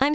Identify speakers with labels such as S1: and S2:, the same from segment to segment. S1: I'm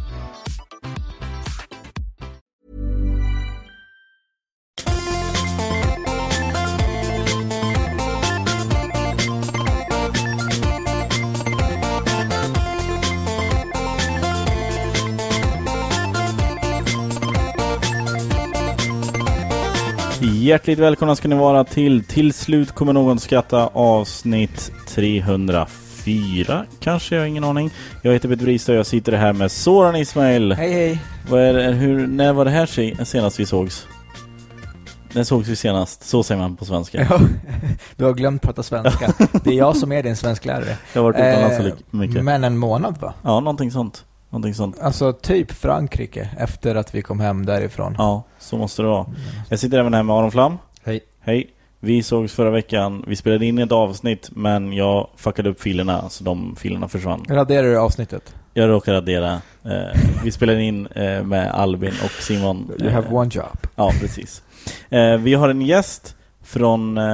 S2: Hjärtligt välkomna ska ni vara till Till slut kommer någon skratta avsnitt 304 kanske, jag har ingen aning. Jag heter Peter Bristad och jag sitter här med Soran Ismail.
S3: Hej hej!
S2: Vad är, det- hur, när var det här se- senast vi sågs? När sågs vi senast? Så säger man på svenska.
S3: Ja, Du har glömt prata svenska. Det är jag som är din svensklärare.
S2: Jag har varit utomlands så
S3: Eh,
S2: lik- mycket.
S3: Men en månad va?
S2: Ja, någonting sånt. Någonting sånt.
S3: Alltså typ Frankrike efter att vi kom hem därifrån.
S2: Ja, så måste det vara. Jag sitter även här med Aron Flam.
S4: Hej.
S2: Hej. Vi sågs förra veckan. Vi spelade in ett avsnitt men jag fuckade upp filerna så de filerna försvann.
S3: Raderar du avsnittet?
S2: Jag råkade radera. Eh, vi spelade in eh, med Albin och Simon.
S3: You have
S2: Eh,
S3: one job.
S2: Ja, precis. Eh, vi har en gäst från eh,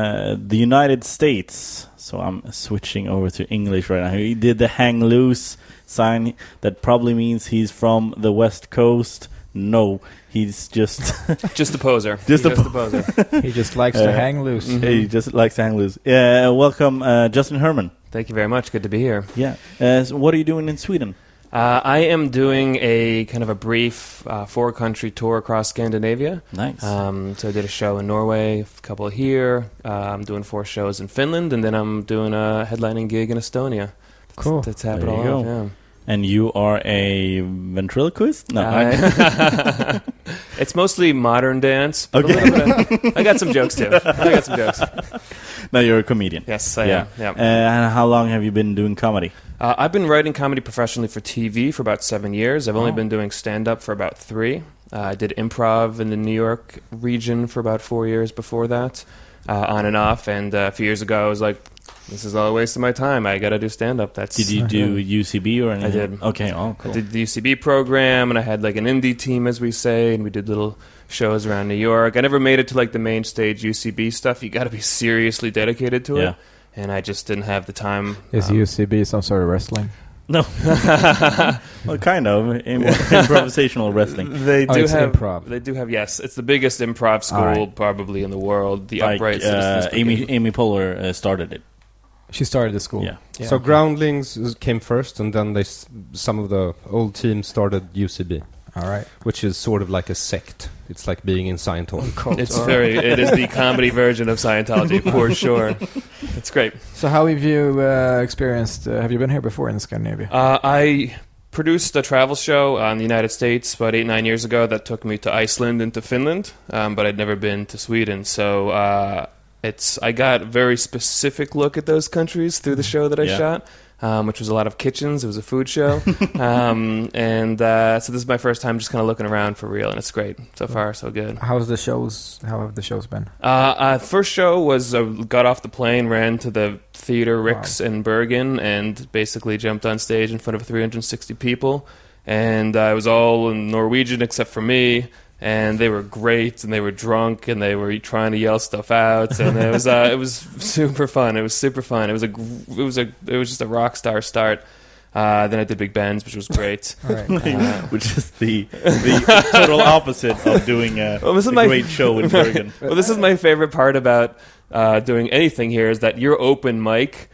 S2: the United States. So I'm switching over to English right now. He did the hang loose sign that probably means he's from the west coast. No, he's just
S4: Just a poser.
S2: Just a
S4: poser.
S3: He just likes to
S2: Eh,
S3: hang loose.
S2: he just likes to hang loose. Uh, welcome, uh, Justin Herman.
S4: Thank you very much. Good to be here.
S2: Yeah. Uh, so what are you doing in Sweden?
S4: Uh, I am doing a kind of a brief uh, four country tour across Scandinavia.
S2: Nice.
S4: Um, so I did a show in Norway, a couple here. Uh, I'm doing four shows in Finland, and then I'm doing a headlining gig in Estonia. That's,
S3: Cool.
S4: That's happened
S2: There
S4: all
S2: you
S4: off,
S2: go.
S4: yeah.
S2: and you are a ventriloquist? No.
S3: Uh,
S4: I- Uh, it's mostly modern dance. but a
S2: Okay.
S4: little bit of- I got some jokes too. I got some jokes.
S2: no, you're a comedian.
S4: Yes, I
S2: Yeah.
S4: am. Yeah.
S2: Uh, and how long have you been doing comedy?
S4: Uh, I've been writing comedy professionally for TV for about seven years. I've only
S2: Oh.
S4: been doing stand up for about three. Uh, I did improv in the New York region for about four years before that, uh, on and off. And uh, a few years ago, I was like, this is all a waste of my time. I got to do stand up. That's
S2: Did you do UCB or anything?
S4: did.
S2: Okay, oh, cool.
S4: I did the UCB program, and I had like an indie team, as we say, and we did little shows around New York. I never made it to like the main stage UCB stuff. You got to be seriously dedicated to
S2: Yeah.
S4: it, and I just didn't have the time.
S2: Ah.
S3: Is
S4: um,
S3: UCB some sort of wrestling?
S2: No. well, kind of. Im- improvisational wrestling.
S4: They
S3: Oh,
S4: do
S3: it's
S4: have
S3: improv.
S4: They do have yes. It's the biggest improv school
S2: Alright.
S4: probably in the world. The
S2: Like
S4: upright citizens.
S2: uh, Amy,
S4: Brigade.
S2: Amy Poehler uh, started it.
S3: She started the school.
S2: Yeah.
S4: Yeah.
S5: So groundlings is- came first, and then they s- some of the old teams started UCB,
S3: All right.
S5: which is sort of like a sect. It's like being in Scientology.
S4: It's very. It is the comedy version of Scientology for sure. It's great.
S3: So how have you uh, experienced, uh, have you been here before in Scandinavia?
S4: Uh, I produced a travel show uh, in the United States about eight nine years ago that took me to Iceland and to Finland, um, but I'd never been to Sweden. So uh, it's I got a very specific look at those countries through the show that I
S2: Yeah.
S4: shot. Um, which was a lot of kitchens. It was a food show, um, and uh, so this is my first time just kind of looking around for real, and it's great so far, so good.
S3: How's the shows, how have the shows been?
S4: Uh, uh, first show was uh, got off the plane, ran to the theater Ricks in Bergen, and basically jumped on stage in front of 360 people. And uh, I was all in Norwegian except for me. And they were great, and they were drunk, and they were trying to yell stuff out, and it was uh, it was super fun. It was super fun. It was a gr- it was a it was just a rock star start. Uh, then I did Big Ben's, which was great.
S3: All right.
S4: Uh,
S2: Which is the, the total opposite of doing a,
S4: Well, this is
S2: a
S4: my-
S2: great show in Bergen.
S4: well, this is my favorite part about uh, doing anything here is that your open mic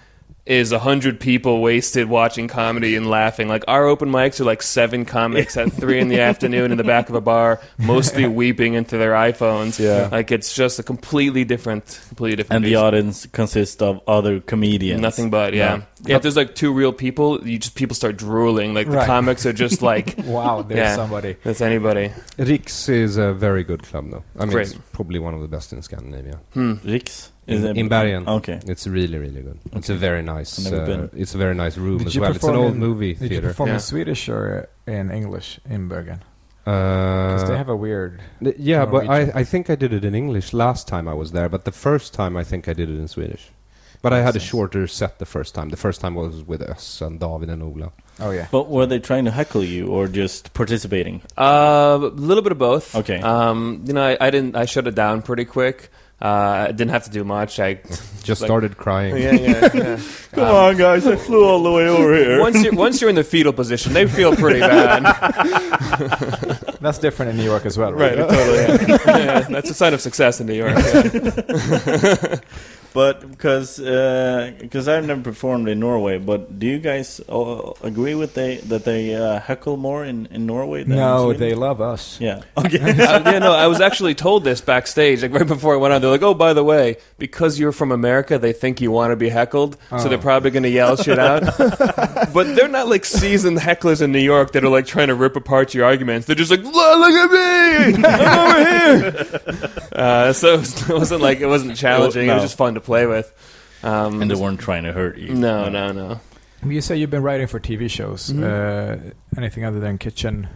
S4: is a hundred people wasted watching comedy and laughing. Like our open mics are like seven comics at three in the afternoon in the back of a bar, mostly weeping into their iPhones.
S5: Yeah.
S4: like it's just a completely different, completely different.
S2: and the
S4: beast.
S2: audience consists of other comedians.
S4: Nothing but yeah.
S2: No.
S4: yeah. If there's like two real people, you just people start drooling. Like the
S3: Right.
S4: comics are just like
S3: Wow, there's
S4: Yeah.
S3: somebody.
S4: that's anybody.
S5: Rix is a very good club, though. I mean,
S4: Great.
S5: it's probably one of the best in Scandinavia.
S2: Rix
S5: In, in Bergen.
S2: Okay.
S5: It's really, really good. It's a very nice.
S2: I've never
S5: Uh,
S2: been.
S5: it's a very nice room
S3: Did
S5: as
S3: you
S5: well. It's an
S3: perform
S5: old
S3: in-
S5: movie
S3: Did you
S5: theater.
S3: perform
S4: Yeah.
S3: in Swedish or in English in Bergen? Because they
S5: Uh,
S3: have a weird.
S5: th- yeah, but I,
S3: Norwegian.
S5: I think I did it in English last time I was there, but the first time I think I did it in Swedish. But I had a shorter set the first time. The first time was with us and David and Ola.
S3: Oh yeah.
S2: But were they trying to heckle you or just participating?
S4: Uh, a little bit of both.
S2: Okay.
S4: Um, you know, I, I didn't. I shut it down pretty quick. Uh, I didn't have to do much. I
S5: Just
S4: Like-
S5: started crying.
S4: yeah, yeah, yeah.
S2: Come on, guys! I flew all the way over here.
S4: once you're once you're in the fetal position, they feel pretty bad.
S3: That's different in New York as well,
S4: right.
S3: right?
S4: Totally. Yeah. Yeah, that's a sign of success in New York. yeah.
S2: But because because I've never performed in Norway, but do you guys uh, agree with they that they uh, heckle more in, in Norway? Than
S3: No,
S2: in
S3: they
S2: Sweden?
S3: love us.
S2: Yeah. Okay.
S4: Uh, yeah, no, I was actually told this backstage, like right before I went on. They're like, "Oh, by the way, because you're from America, they think you want to be heckled, so they're probably going to yell shit out." but they're not like seasoned hecklers in New York that are like trying to rip apart your arguments. They're just like, "Look look at me, I'm over here." Uh, so it was- it wasn't like it wasn't challenging. It
S2: No.
S4: was just fun to play with. Um,
S2: and they weren't trying to hurt you.
S4: no, no, no.
S3: You say you've been writing for TV shows.
S2: Mm-hmm.
S3: Uh, anything other than kitchen?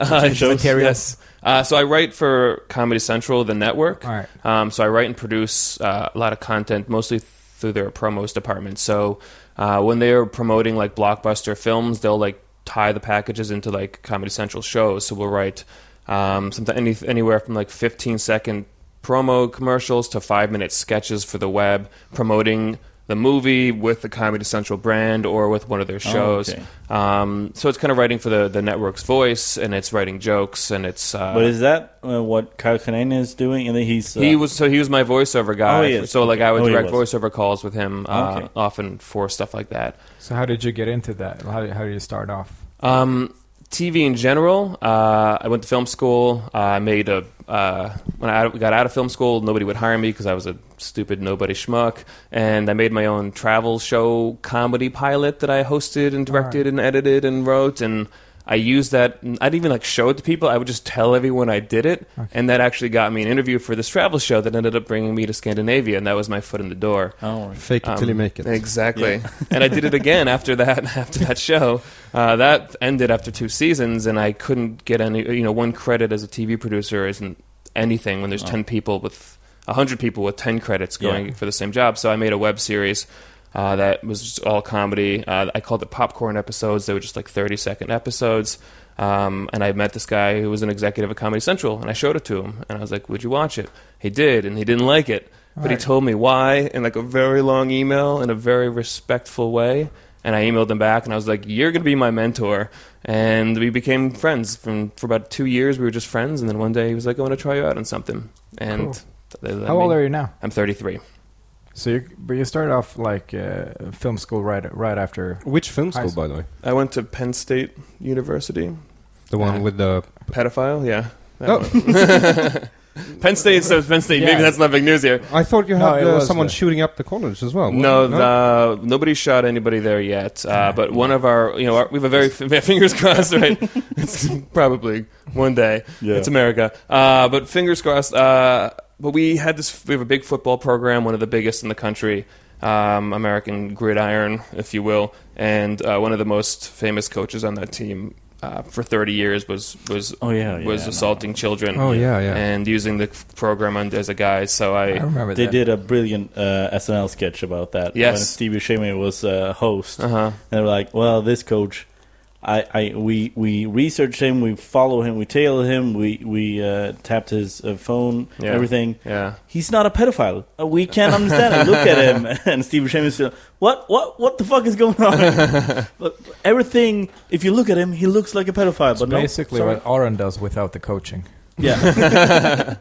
S4: Uh,
S3: shows? material?
S4: Yes. Uh, so I write for Comedy Central, the network.
S3: All right.
S4: Um, so I write and produce uh, a lot of content, mostly through their promos department. So uh, when they're promoting like blockbuster films, they'll like tie the packages into like Comedy Central shows. So we'll write um, sometimes any, anywhere from like 15 second promo commercials to five minute sketches for the web promoting the movie with the Comedy Central brand or with one of their shows.
S2: Oh, okay.
S4: Um, so it's kind of writing for the, the network's voice, and it's writing jokes, and it's. Uh,
S2: But is that uh, what Kalkanen is doing? And then he's uh,
S4: he was so he was my voiceover guy.
S2: Oh, he is.
S4: So like I would
S2: Oh, he
S4: direct
S2: was.
S4: voiceover calls with him uh,
S2: Okay.
S4: often for stuff like that.
S3: So how did you get into that? How how did you start off?
S4: Um, TV in general. Uh, I went to film school. Uh, I made a uh, when I got out of film school, nobody would hire me because I was a stupid nobody schmuck. And I made my own travel show comedy pilot that I hosted and directed and edited and wrote. And I used that. I didn't even like show it to people. I would just tell everyone I did it, and that actually got me an interview for this travel show that ended up bringing me to Scandinavia, and that was my foot in the door.
S2: Oh, right.
S5: Fake it till you
S4: Um,
S5: make it.
S4: Exactly. and I did it again after that. After that show, uh, that ended after two seasons, and I couldn't get any. You know, one credit as a TV producer isn't anything when there's ten people with hundred people with ten credits
S2: Yeah.
S4: going for the same job. So I made a web series. Uh, that was just all comedy. Uh, I called it popcorn episodes. They were just like 30 second episodes. Um, and I met this guy who was an executive at Comedy Central, and I showed it to him. And I was like, Would you watch it? He did, and he didn't like it. But he told me why in like a very long email in a very respectful way. And I emailed him back, and I was like, "You're gonna be my mentor." And we became friends from for about two years. We were just friends, and then one day he was like, "I want to try you out on something." And
S3: How old are you now?
S4: I'm 33.
S3: So you but you started off like uh, film school right right after.
S5: Which film
S3: High
S5: school, by the way?
S4: I went to Penn State University.
S5: The one
S4: Uh,
S5: with the
S4: Pedophile, yeah.
S5: Oh.
S4: Penn State, so Penn State. Maybe
S3: Yeah.
S4: that's not big news here.
S5: I thought you
S3: No,
S5: had
S3: it
S5: uh,
S3: was
S5: someone
S3: the-
S5: shooting up the college as well.
S4: No,
S5: wasn't it?
S4: the, nobody shot anybody there yet. Uh, but one of our, you know, our, we have a very fingers crossed, right? it's probably one day.
S2: Yeah.
S4: It's America. Uh, but fingers crossed. Uh, but we had this. We have a big football program, one of the biggest in the country, um, American Gridiron, if you will. And uh, one of the most famous coaches on that team uh, for 30 years was was
S2: Oh, yeah, yeah,
S4: was
S2: no.
S4: assaulting children.
S5: Oh, yeah, yeah.
S4: And using the f- program on- as a guy. So
S3: I
S4: I.
S3: remember
S2: They
S3: that.
S2: did a brilliant uh, SNL sketch about that.
S4: Yes.
S2: When Stevie Buscemi was uh, host.
S4: Uh huh.
S2: And they were like, well, this coach, I, I, we, we researched him, we follow him, we tail him, we, we uh, tapped his uh, phone,
S4: Yeah.
S2: everything.
S4: Yeah.
S2: He's not a pedophile. Uh, We can't understand it. Look at him. And Steve Buscemi's still, what, what, what the fuck is going on? but everything, if you look at him, he looks like a pedophile.
S3: It's
S2: but no,
S3: basically
S2: sorry.
S3: what Aron does without the coaching.
S2: yeah,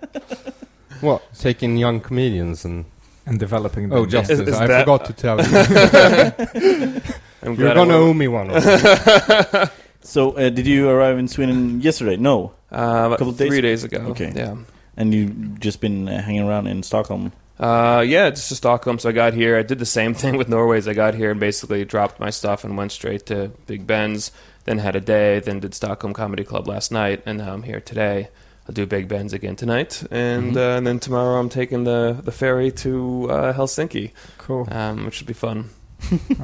S5: Well, taking young comedians and
S3: and developing them.
S5: Oh, Justice.
S4: Is- is
S5: I
S4: that-
S5: forgot to tell you.
S4: I'm
S5: You're
S4: glad I
S5: going to
S4: won't-
S5: owe me one. of those.
S2: So, uh, did you arrive in Sweden yesterday? No,
S4: Uh, about
S2: Couple days-
S4: three days ago.
S2: Okay.
S4: Yeah.
S2: and you've just been uh, hanging around in Stockholm.
S4: Uh, yeah, just to Stockholm. So I got here. I did the same thing with Norway as I got here and basically dropped my stuff and went straight to Big Ben's. Then had a day. Then did Stockholm Comedy Club last night, and now I'm here today. I'll do Big Ben's again tonight, and,
S2: Mm-hmm.
S4: uh, and then tomorrow I'm taking the the ferry to uh, Helsinki,
S3: cool.
S4: um, which should be fun.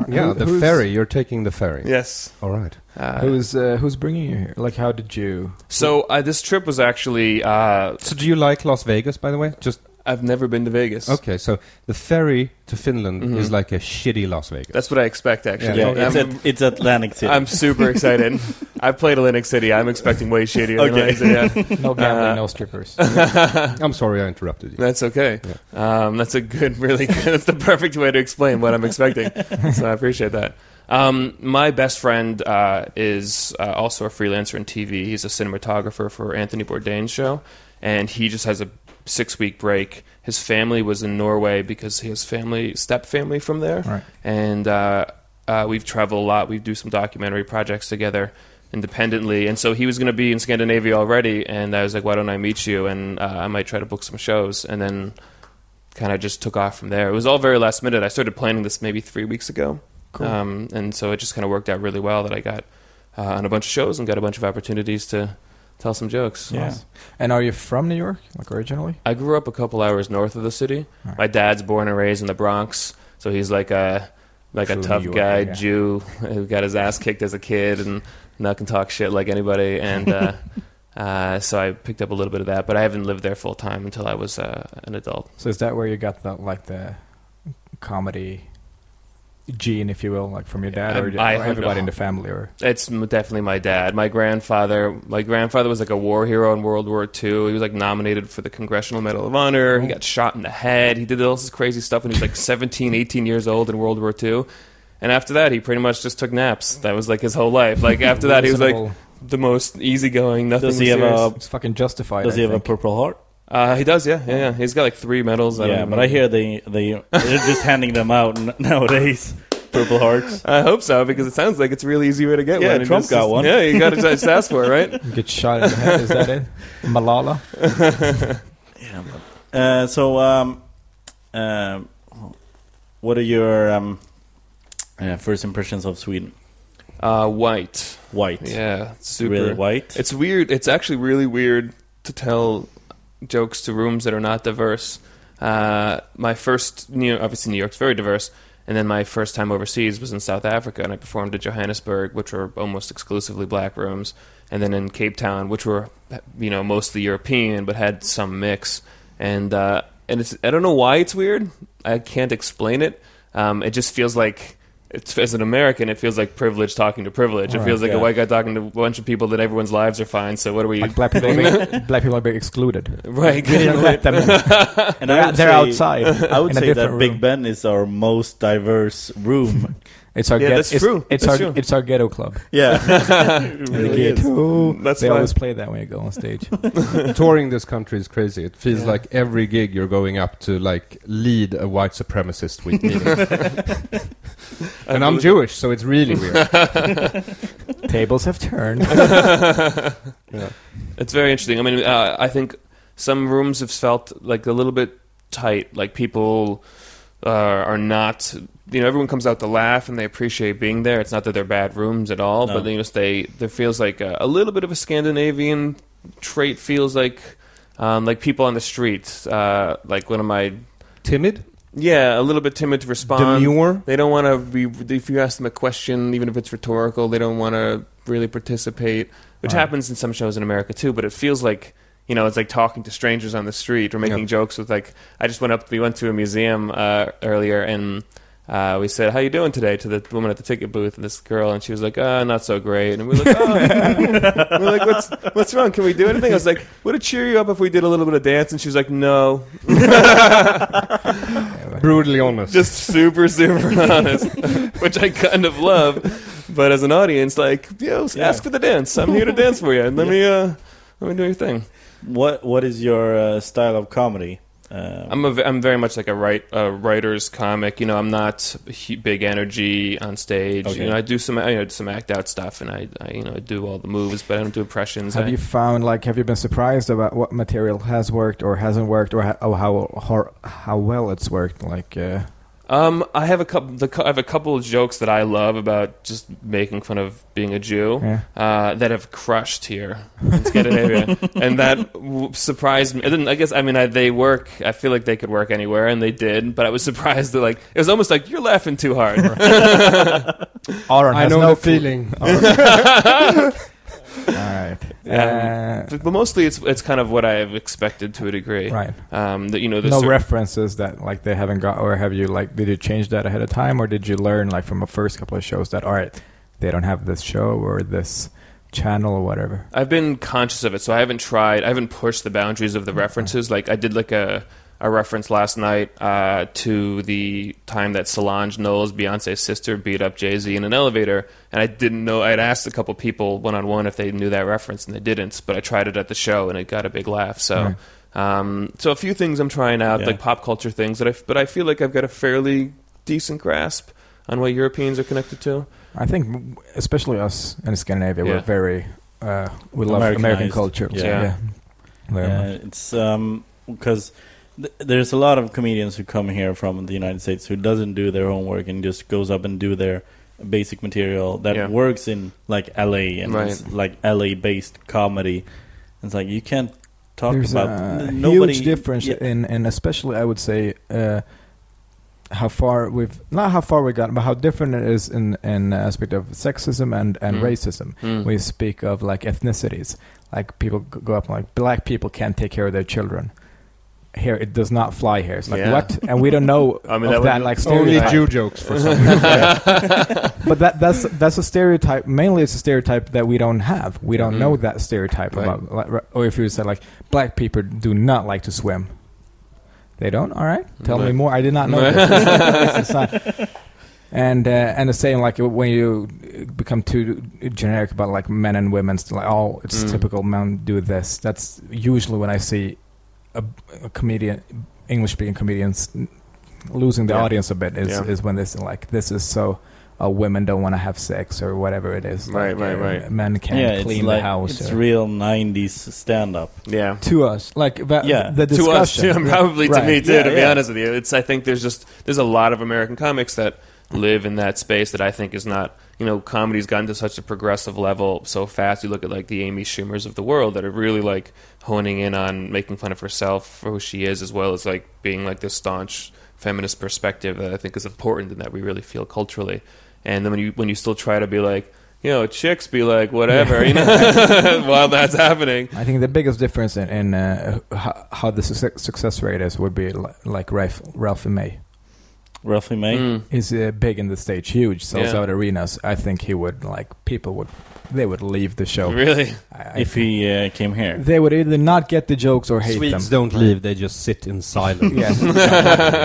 S5: yeah,
S3: Who-
S5: the
S3: who's-
S5: ferry. You're taking the ferry.
S4: Yes.
S5: All right.
S4: Uh,
S3: Who's uh, who's bringing you here? Like, how did you?
S4: so uh, this trip was actually uh,
S5: So, do you like Las Vegas, by the way? Just
S4: I've never been to Vegas.
S5: okay. So, the ferry to Finland
S4: Mm-hmm.
S5: is like a shitty Las Vegas.
S4: That's what I expect actually. Um,
S2: Yeah, it's,
S4: I'm-
S2: at, it's Atlantic City.
S4: I'm super excited. I've played Atlantic City. I'm expecting way shittier than
S2: Okay.
S4: Atlantic City. Yeah.
S3: No gambling, no strippers.
S5: I'm sorry I interrupted you.
S4: That's okay. Um, that's a good, really good. That's the perfect way to explain what I'm expecting. so I appreciate that. Um, my best friend uh, is uh, also a freelancer in TV. He's a cinematographer for Anthony Bourdain's show, and he just has a six week break. His family was in Norway because his family, step family from there.
S3: Right.
S4: and uh, uh, we've traveled a lot. We do some documentary projects together independently, and so he was going to be in Scandinavia already, and I was like, "Why don't I meet you?" And uh, I might try to book some shows, and then kind of just took off from there. It was all very last minute. I started planning this maybe three weeks ago, um, and so it just kind of worked out really well that I got uh, on a bunch of shows and got a bunch of opportunities to tell some jokes.
S2: yeah.
S3: and are you from New York, like originally?
S4: I grew up a couple hours north of the city.
S3: Alright.
S4: My dad's born and raised in the Bronx, so he's like a like
S3: True
S4: a
S3: New
S4: tough
S3: Yorker,
S4: guy
S3: yeah.
S4: Jew who got his ass kicked as a kid and now can talk shit like anybody. And uh, uh, so I picked up a little bit of that, but I haven't lived there full time until I was uh, an adult.
S3: So is that where you got the like the comedy gene, if you will, like from your dad or,
S4: I- I
S3: or
S4: have
S3: everybody
S4: no-
S3: in the family, or
S4: It's m- definitely my dad. My grandfather, my grandfather was like a war hero in World War II. He was like nominated for the Congressional Medal of Honor. He
S2: Oh.
S4: got shot in the head. He did all this crazy stuff when he was like 17, 18 years old in World War II. And after that, he pretty much just took naps. That was like his whole life. Like after that, he was like
S3: Reasonable.
S4: the most easygoing. Nothing.
S2: Does he have
S4: serious.
S2: a?
S3: it's fucking justified.
S2: Does
S3: I
S2: he have a
S3: think.
S2: Purple Heart?
S4: Uh, he does. Yeah, yeah, yeah. He's got like three medals. don't
S2: Yeah,
S4: even
S2: but I hear they they they're just handing them out n- nowadays. Purple Hearts.
S4: I hope so because it sounds like it's a really easy way to get
S2: Yeah,
S4: one. And
S2: Trump
S4: it's
S2: got
S4: just-
S2: one.
S4: Yeah, you got to just ask for it, right?
S3: Get shot in the head? Is that it? Malala.
S2: Yeah. But, uh, so, um, um, what are your um, uh, first impressions of Sweden?
S4: Uh, white.
S2: White.
S4: Yeah, super
S2: Really white.
S4: It's weird. It's actually really weird to tell jokes to rooms that are not diverse. Uh, my first, New obviously New York's very diverse, and then my first time overseas was in South Africa, and I performed at Johannesburg, which were almost exclusively black rooms, and then in Cape Town, which were, you know, mostly European but had some mix. And uh, and it's I don't know why it's weird. I can't explain it. Um, it just feels like. It's, as an American, it feels like privilege talking to privilege. it
S3: Right,
S4: feels like a
S2: yeah.
S4: white guy talking to a bunch of people that everyone's lives are fine. So what are we?
S3: Like black people, are being, black people are being excluded.
S4: Right.
S3: We didn't let them in.
S2: and
S3: They're,
S2: would
S3: they're
S2: say-
S3: outside.
S2: I would
S3: in a
S2: say that
S3: different room.
S2: Big Ben is our most diverse room.
S3: It's our
S4: Yeah,
S3: get-
S4: that's
S3: it's,
S4: true.
S3: It's
S4: That's
S3: our
S4: true.
S3: it's our ghetto club.
S2: yeah. It
S3: The
S2: really is.
S3: ghetto.
S4: That's
S3: they
S4: fine.
S3: always play that when you go on stage.
S5: Touring this country is crazy. It feels
S4: Yeah.
S5: like every gig you're going up to like lead a white supremacist week meeting. and I'm Jewish, so it's really weird.
S3: Tables have turned.
S4: It's very interesting. I mean, uh, I think some rooms have felt like a little bit tight. Like people uh, are not. You know, everyone comes out to laugh and they appreciate being there. It's not that they're bad rooms at all,
S2: No.
S4: but they just they there feels like a, a little bit of a Scandinavian trait. Feels like um, like people on the street. Uh, like one of my
S5: Timid,
S4: yeah, a little bit timid to respond.
S5: demure.
S4: They don't want to be. If you ask them a question, even if it's rhetorical, they don't want to really participate, which
S3: Right.
S4: happens in some shows in America too. But it feels like you know, it's like talking to strangers on the street or making
S5: Yep.
S4: jokes with like. I just went up. We went to a museum uh, earlier and. Uh, we said, "How you doing today?" to the woman at the ticket booth, and this girl, and she was like, "Uh, not so great." And we we're like, oh. "We're like, what's what's wrong? Can we do anything?" I was like, "Would it cheer you up if we did a little bit of dance?" And she was like, "No,
S5: Brutally honest.
S4: just super super honest which i kind of love but as an audience like yo ask for the dance i'm here to dance for you and let me uh let me do your thing
S2: What What is your uh, style of comedy? Uh,
S4: I'm a, v- I'm very much like a write a writer's comic. You know, I'm not hu- big energy on stage.
S2: Okay.
S4: You know, I do some I, you know, some act out stuff, and I, I you know I do all the moves, but I don't do impressions.
S3: Have
S4: I-
S3: you found like have you been surprised about what material has worked or hasn't worked or ha- oh, how how how well it's worked? Like uh,
S4: Um, I have a couple. The, cou- I have a couple of jokes that I love about just making fun of being a Jew
S3: Yeah.
S4: uh, that have crushed here in Scandinavia, and that w- surprised me. And then I guess I mean I, they work. I feel like they could work anywhere, and they did. But I was surprised that like it was almost like you're laughing too hard.
S3: Aaron
S5: I
S3: has
S5: know
S3: no
S5: the
S3: clue.
S5: feeling.
S3: All right.
S4: Um,
S3: Uh,
S4: but, but mostly it's it's kind of what I have expected to a degree.
S3: right.
S4: Um, that you know the
S3: Uh, No
S4: cer-
S3: references that like they haven't got or have you like did you change that ahead of time or did you learn like from the first couple of shows that all right they don't have this show or this channel or whatever.
S4: I've been conscious of it, so I haven't tried. I haven't pushed the boundaries of the references. Like I did, like a a reference last night uh, to the time that Solange Knowles, Beyonce's sister, beat up Jay Z in an elevator, and I didn't know. I'd asked a couple people one on one if they knew that reference, and they didn't. But I tried it at the show, and it got a big laugh. So. Um, so a few things I'm trying out,
S2: Yeah.
S4: like pop culture things that I, f- but I feel like I've got a fairly decent grasp on what Europeans are connected to.
S3: I think m- especially us in Scandinavia we're
S4: Yeah.
S3: very uh, we love American
S2: Americanized.
S3: culture.
S2: Yeah.
S4: Yeah.
S3: Very
S2: Yeah,
S3: much.
S2: it's um because th- there's a lot of comedians who come here from the United States who doesn't do their homework and just goes up and do their basic material that
S4: Yeah.
S2: works in like LA and
S4: Right.
S2: it's, like LA based comedy. It's like you can't talk
S3: There's
S2: about
S3: a
S2: n- nobody
S3: huge difference
S2: Yeah,
S3: in, and especially I would say uh, how far we've not how far we got, but how different it is in in aspect of sexism and and
S4: Mm.
S3: racism. We speak of like ethnicities, like people g- go up and like black people can't take care of their children. Here it does not fly here. It's like
S4: Yeah.
S3: what, and we don't know
S4: I mean,
S3: of
S4: that
S3: that,
S4: would-
S3: like
S5: Only
S3: stereotype.
S5: Jew jokes for some reason.
S3: but that that's that's a stereotype. Mainly, it's a stereotype that we don't have. We don't
S4: Mhm.
S3: know that stereotype
S4: Right.
S3: about. like, Or if you said like black people do not like to swim, they don't. All right, tell me
S4: Right.
S3: more. I did not know.
S4: Right.
S3: this. It's not- and uh, and the same like when you uh, become too generic about like men and women, it's like oh, it's
S4: Mm.
S3: typical men do this. That's usually when I see a, a comedian, English speaking comedians, losing the
S4: Yeah.
S3: audience a bit is,
S4: Yeah.
S3: is when this like this is so uh, women don't want to have sex or whatever it is.
S4: Right,
S3: like, uh,
S4: right, right.
S3: Men can't
S2: yeah,
S3: clean
S2: it's like,
S3: the house. uh,
S2: It's
S3: or-
S2: real '90s stand up.
S4: Yeah.
S3: to us, like that,
S2: Yeah.
S3: the
S4: to us
S3: discussion.
S4: too, and probably
S3: Right.
S4: to me too.
S2: Yeah,
S4: to be
S2: yeah.
S4: honest with you, it's I think there's just there's a lot of American comics that live in that space that I think is not you know comedy's gotten to such a progressive level so fast. You look at like the Amy Schumers of the world that are really like honing in on making fun of herself for who she is, as well as like being like this staunch feminist perspective that I think is important and that we really feel culturally. And then when you when you still try to be like you know chicks be like whatever you know while that's happening.
S3: I think the biggest difference in, in uh, how, how the success, success rate is would be li- like Ralph, Ralphie May
S2: Roughly May.
S4: Mm.
S3: is uh, big in the stage, huge, sells
S4: Yeah.
S3: out arenas. I think he would like people would they would leave the show
S4: Really.
S3: I, I-
S2: If he uh, came here,
S3: they would either not get the jokes or hate them.
S5: Swedes don't leave; they just sit in silence.
S3: Yeah,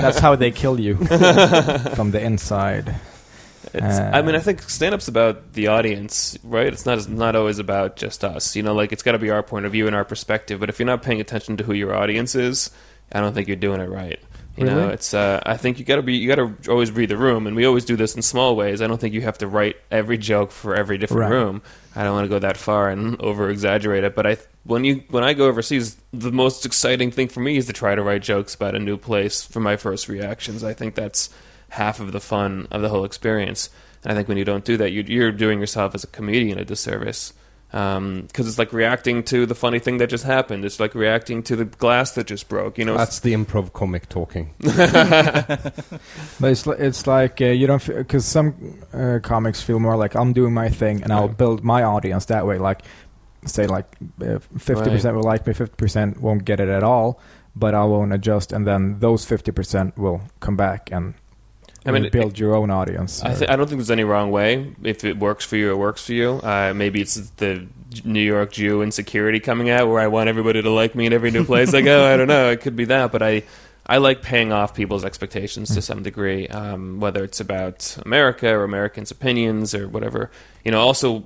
S3: that's how they kill you from the inside.
S4: It's,
S3: Uh,
S4: I mean, I think stand-up's about the audience, right? It's not it's not always about just us. You know, like it's got to be our point of view and our perspective. But if you're not paying attention to who your audience is, I don't think you're doing it right. You know,
S3: Really?
S4: it's. Uh, I think you got to be. You got to always read the room, and we always do this in small ways. I don't think you have to write every joke for every different
S3: Right.
S4: room. I don't want to go that far and over-exaggerate it. But I, when you when I go overseas, the most exciting thing for me is to try to write jokes about a new place for my first reactions. I think that's half of the fun of the whole experience. And I think when you don't do that, you, you're doing yourself as a comedian a disservice because it's like reacting to the funny thing that just happened. It's like reacting to the glass that just broke. You know, it's-
S5: That's the improv comic talking.
S3: But it's li- it's like uh, you don't because some uh, comics feel more like I'm doing my thing and I'll
S4: Right.
S3: build my audience that way. Like say like uh, fifty percent will like me, fifty percent won't get it at all, but I won't adjust, and then those fifty percent will come back and.
S4: I mean,
S3: you build your own audience.
S4: I, th- I don't think there's any wrong way. If it works for you, it works for you. Uh, maybe it's the New York Jew insecurity coming out, where I want everybody to like me in every new place I go. I don't know. It could be that, but I, I like paying off people's expectations to some degree, um, whether it's about America or Americans' opinions or whatever. You know. Also,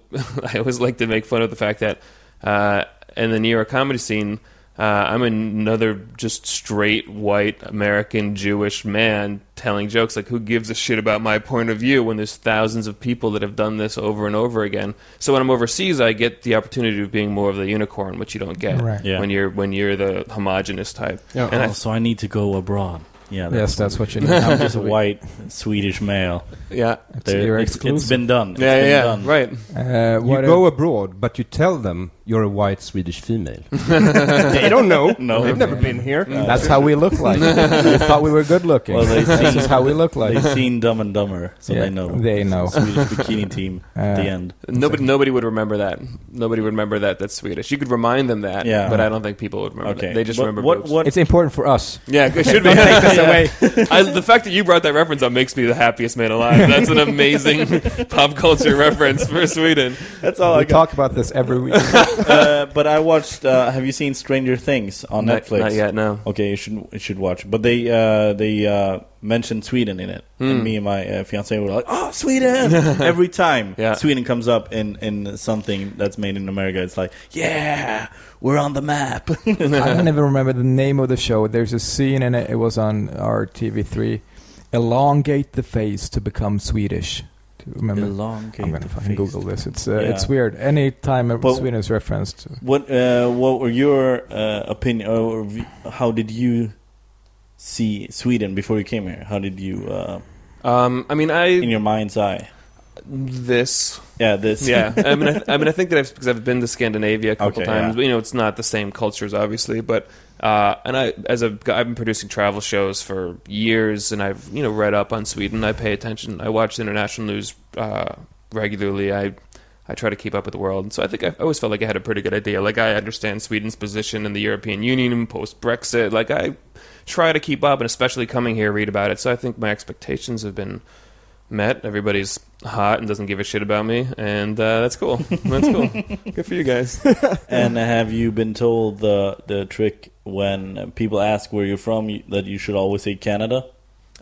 S4: I always like to make fun of the fact that uh, in the New York comedy scene. Uh, I'm another just straight white American Jewish man telling jokes. Like, who gives a shit about my point of view when there's thousands of people that have done this over and over again? So when I'm overseas, I get the opportunity of being more of the unicorn, which you don't get
S3: Right.
S2: Yeah.
S4: when you're when you're the homogenous type.
S5: Yeah,
S4: and I
S2: oh, so I need to go abroad. Yeah.
S3: yes, that's what you need.
S2: I'm just a white Swedish male.
S4: Yeah.
S2: There-
S3: you're
S2: it's- it's
S3: exclusive.
S2: been done. It's
S4: Yeah,
S2: been
S4: yeah,
S2: done.
S4: right.
S3: Uh,
S5: You
S3: what
S5: go
S3: if-
S5: abroad, but you tell them you're a white Swedish female. they don't know.
S2: No. Uh,
S5: they've never been here.
S3: that's how we look like. you thought we were good looking.
S2: Well, they
S3: this
S2: see-
S3: is how we look like.
S2: They've seen Dumb and Dumber, so
S3: Yeah,
S2: they know.
S3: they know.
S2: Swedish bikini team at the
S3: Uh,
S2: end.
S4: Nobody, nobody would remember that. Nobody would remember that. That's Swedish. You could remind them that,
S2: Yeah.
S4: but I don't think people would remember
S2: Okay.
S4: that. They just
S2: What-
S4: remember
S2: what?
S4: boobs.
S2: What?
S3: It's important for us.
S4: Yeah, it should be. I, the fact that you brought that reference up makes me the happiest man alive. That's an amazing pop culture reference for Sweden.
S2: That's all
S3: we
S2: I got.
S3: talk about this every week.
S2: uh, but I watched. Uh, have you seen Stranger Things on
S4: Not-
S2: Netflix?
S4: not yet, no.
S2: Okay, you should you should watch. But they uh, they uh, mentioned Sweden in it,
S4: Hmm.
S2: and me and my uh, fiance were like, "Oh, Sweden!" Every time
S4: Yeah.
S2: Sweden comes up in in something that's made in America, it's like, "Yeah, we're on the map."
S3: I don't even remember the name of the show. There's a scene in it. It was on our TV3. Elongate the face to become Swedish. Do you Remember?
S2: Elongate
S3: I'm gonna
S2: the
S3: fucking
S2: face
S3: Google this. It's uh,
S2: Yeah.
S3: it's weird. Any time a
S2: But-
S3: Sweden is referenced,
S2: What uh, what were your uh, opinion, or v- how did you see Sweden before you came here? How did you, uh,
S4: Um, I mean,
S2: in
S4: I
S2: your mind's eye?
S4: this.
S2: Yeah, this.
S4: Yeah, I mean, I, th- I mean, I think that I've because I've been to Scandinavia a couple
S2: Okay,
S4: times.
S2: yeah.
S4: But, you know, it's not the same cultures, obviously. But uh, and I, as a guy, I've been producing travel shows for years, and I've you know read up on Sweden. I pay attention. I watch international news uh, regularly. I I try to keep up with the world. And so I think I always felt like I had a pretty good idea. Like I understand Sweden's position in the European Union post Brexit. Like I try to keep up, and especially coming here, read about it. So I think my expectations have been met. Everybody's hot and doesn't give a shit about me, and uh, that's cool. That's cool. Good for you guys.
S2: and have you been told the the trick when people ask where you're from you, that you should always say Canada?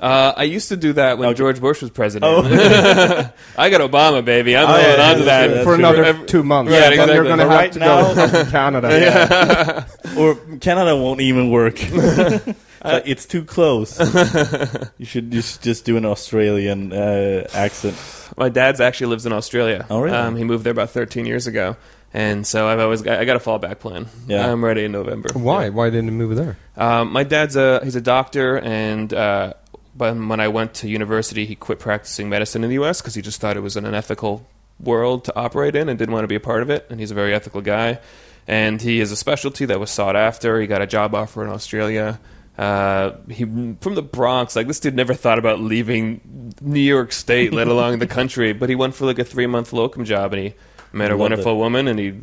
S4: Uh, I used to do that when
S2: Okay. Oh.
S4: George Bush was president. I got Obama, baby. I'm holding
S2: yeah,
S4: on to
S2: that's
S4: that
S2: true,
S5: for
S2: true.
S5: another
S4: Every-
S5: two months.
S4: Right,
S5: and
S4: exactly.
S5: then you're going to
S2: But
S5: have
S2: right
S5: to
S2: now-
S5: go to Canada.
S2: Or Canada won't even work. It's like, it's too close. you should just just do an Australian uh, accent.
S4: My dad's actually lives in Australia.
S2: Oh, really?
S4: Um, he moved there about 13 years ago, and so I've always got, I got a fallback plan.
S2: Yeah.
S4: I'm ready in November.
S5: Why? Why didn't you move there?
S4: Um, my dad's a he's a doctor, and uh, but when I went to university, he quit practicing medicine in the U.S. because he just thought it was an unethical world to operate in and didn't want to be a part of it. And he's a very ethical guy, and he is a specialty that was sought after. He got a job offer in Australia. Uh, he from the Bronx. Like this dude never thought about leaving New York State, let alone the country. But he went for like a three month locum job, and he met a
S2: Love it.
S4: wonderful woman, and he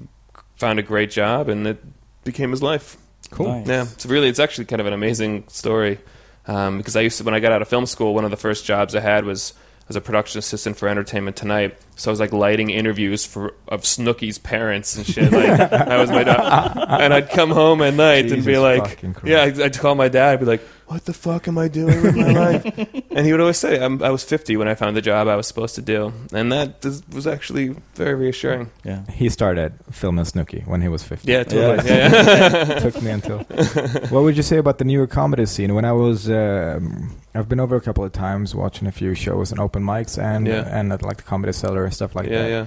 S4: found a great job, and it became his life.
S5: Cool.
S2: Nice.
S4: Yeah, it's really it's actually kind of an amazing story um, because I used to when I got out of film school, one of the first jobs I had was as a production assistant for Entertainment Tonight. So I was like lighting interviews for of Snooki's parents and shit. Like that was my job, and I'd come home at night and be
S3: Jesus
S4: like,
S3: fucking Christ.
S4: yeah, I'd, I'd call my dad, I'd be like, what the fuck am I doing with my life? and he would always say, I'm, I was 50 when I found the job I was supposed to do, and that is, was actually very reassuring.
S2: Yeah.
S3: he started filming Snooki when he was 50.
S4: Yeah, totally.
S2: Yeah.
S4: Yeah, yeah.
S3: took me until. what would you say about the newer comedy scene? When I was, um I've been over a couple of times watching a few shows and open mics and
S4: Yeah.
S3: and at like the comedy cellar and stuff like
S4: yeah,
S3: that.
S4: yeah.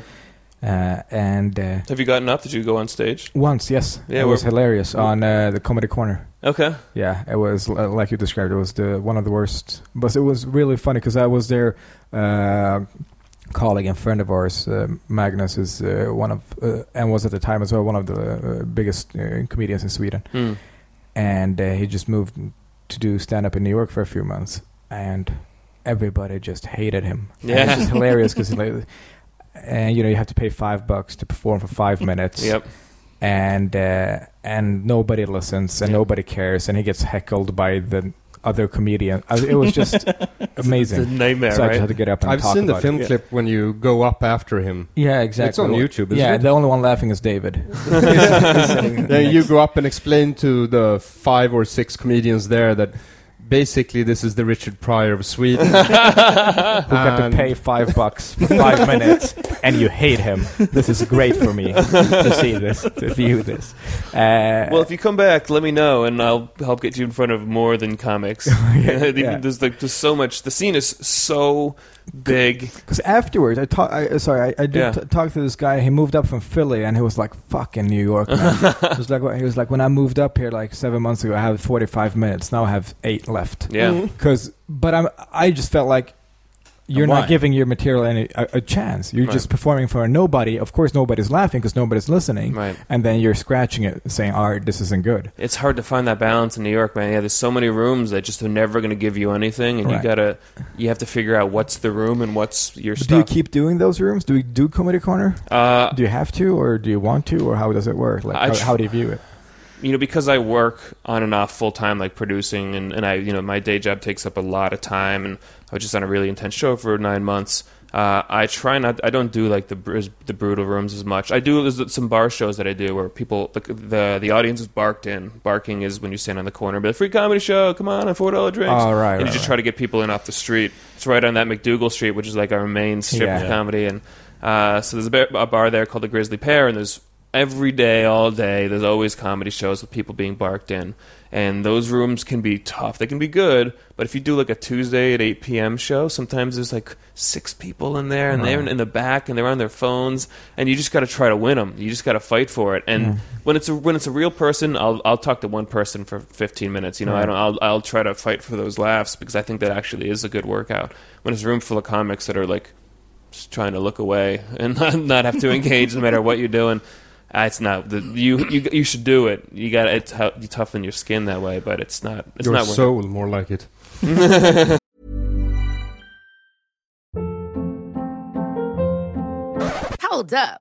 S3: Uh, and uh,
S4: Have you gotten up? Did you go on stage?
S3: once, yes,
S4: Yeah,
S3: it
S4: we're-
S3: was hilarious on uh, the comedy corner.
S4: Okay.
S3: Yeah, it was l- like you described. It was the one of the worst, but it was really funny because I was there. Uh, colleague and friend of ours, uh, Magnus, is uh, one of uh, and was at the time as well one of the uh, biggest uh, comedians in Sweden
S4: Hmm.
S3: and uh, he just moved to do stand up in New York for a few months, and everybody just hated him. And
S4: Yeah.
S3: it's just hilarious because like, and you know you have to pay five bucks to perform for five minutes,
S4: Yep.
S3: and uh, and nobody listens and
S4: Yeah.
S3: nobody cares, and he gets heckled by the other comedian. I- It was just
S4: It's a
S3: amazing.
S4: nightmare,
S3: So I just
S4: right?
S3: had to get up and
S5: I've
S3: talk
S5: seen the
S3: about
S5: film
S3: it.
S5: clip when you go up after him.
S3: Yeah, exactly.
S5: It's on YouTube, isn't
S3: yeah,
S5: it?
S3: the only one laughing is David.
S5: Then you go up and explain to the five or six comedians there that Basically, this is the Richard Pryor of Sweden.
S3: Who got
S5: And-
S3: to pay five bucks for five minutes, and you hate him. This is great for me to see this, to view this. Uh,
S4: Well, if you come back, let me know, and I'll help get you in front of more than comics.
S3: yeah.
S4: There's like there's so much. The scene is so big.
S3: Because afterwards, I talk. I, sorry, I, I did
S4: Yeah.
S3: t- talk to this guy. He moved up from Philly, and he was like, "Fucking New York." Man. he was like, he was like, when I moved up here like seven months ago, I had forty-five minutes. Now I have eight left.
S4: Yeah.
S3: Because, but I'm. I just felt like you're
S2: Why?
S3: not giving your material any a, a chance. You're
S4: Right.
S3: just performing for nobody. Of course, nobody's laughing because nobody's listening.
S4: Right.
S3: And then you're scratching it, saying, "All right, this isn't good."
S4: It's hard to find that balance in New York, man. Yeah, there's so many rooms that just are never going to give you anything, and you
S3: Right.
S4: gotta you have to figure out what's the room and what's your
S3: Do you
S4: stuff.
S3: keep doing those rooms? Do you do comedy corner?
S4: uh,
S3: Do you have to, or do you want to, or how does it work? Like,
S4: I
S3: how,
S4: tr-
S3: how do you view it?
S4: you know, because I work on and off full time, like producing, and, and I, you know, my day job takes up a lot of time, and I was just on a really intense show for nine months. Uh, I try not, I don't do like the br- the brutal rooms as much. I do there's some bar shows that I do where people, the, the the audience is barked in. Barking is when you stand on the corner, and be like, free comedy show, come on, four dollar drinks,
S3: Oh, right,
S4: and you
S3: right,
S4: just
S3: right.
S4: try to get people in off the street. It's right on that McDougal Street, which is like our main strip
S3: Yeah.
S4: of comedy, and uh, so there's a, ba- a bar there called the Grizzly Pear, and there's every day, all day, there's always comedy shows with people being barked in, and those rooms can be tough. They can be good, but if you do like a Tuesday at 8 p.m. show, sometimes there's like six people in there, and they're in the back, and they're on their phones, and you just got to try to win them. You just got to fight for it. And when it's a, when it's a real person, I'll I'll talk to one person for 15 minutes. You know, I don't. I'll I'll try to fight for those laughs because I think that actually is a good workout. When it's a room full of comics that are like just trying to look away and not, not have to engage no matter what you're doing. Uh, It's not the, you, you. You should do it. You got it's how you toughen your skin that way, but it's not. It's
S5: Your
S4: not working.
S5: soul, more like it.
S6: Hold up.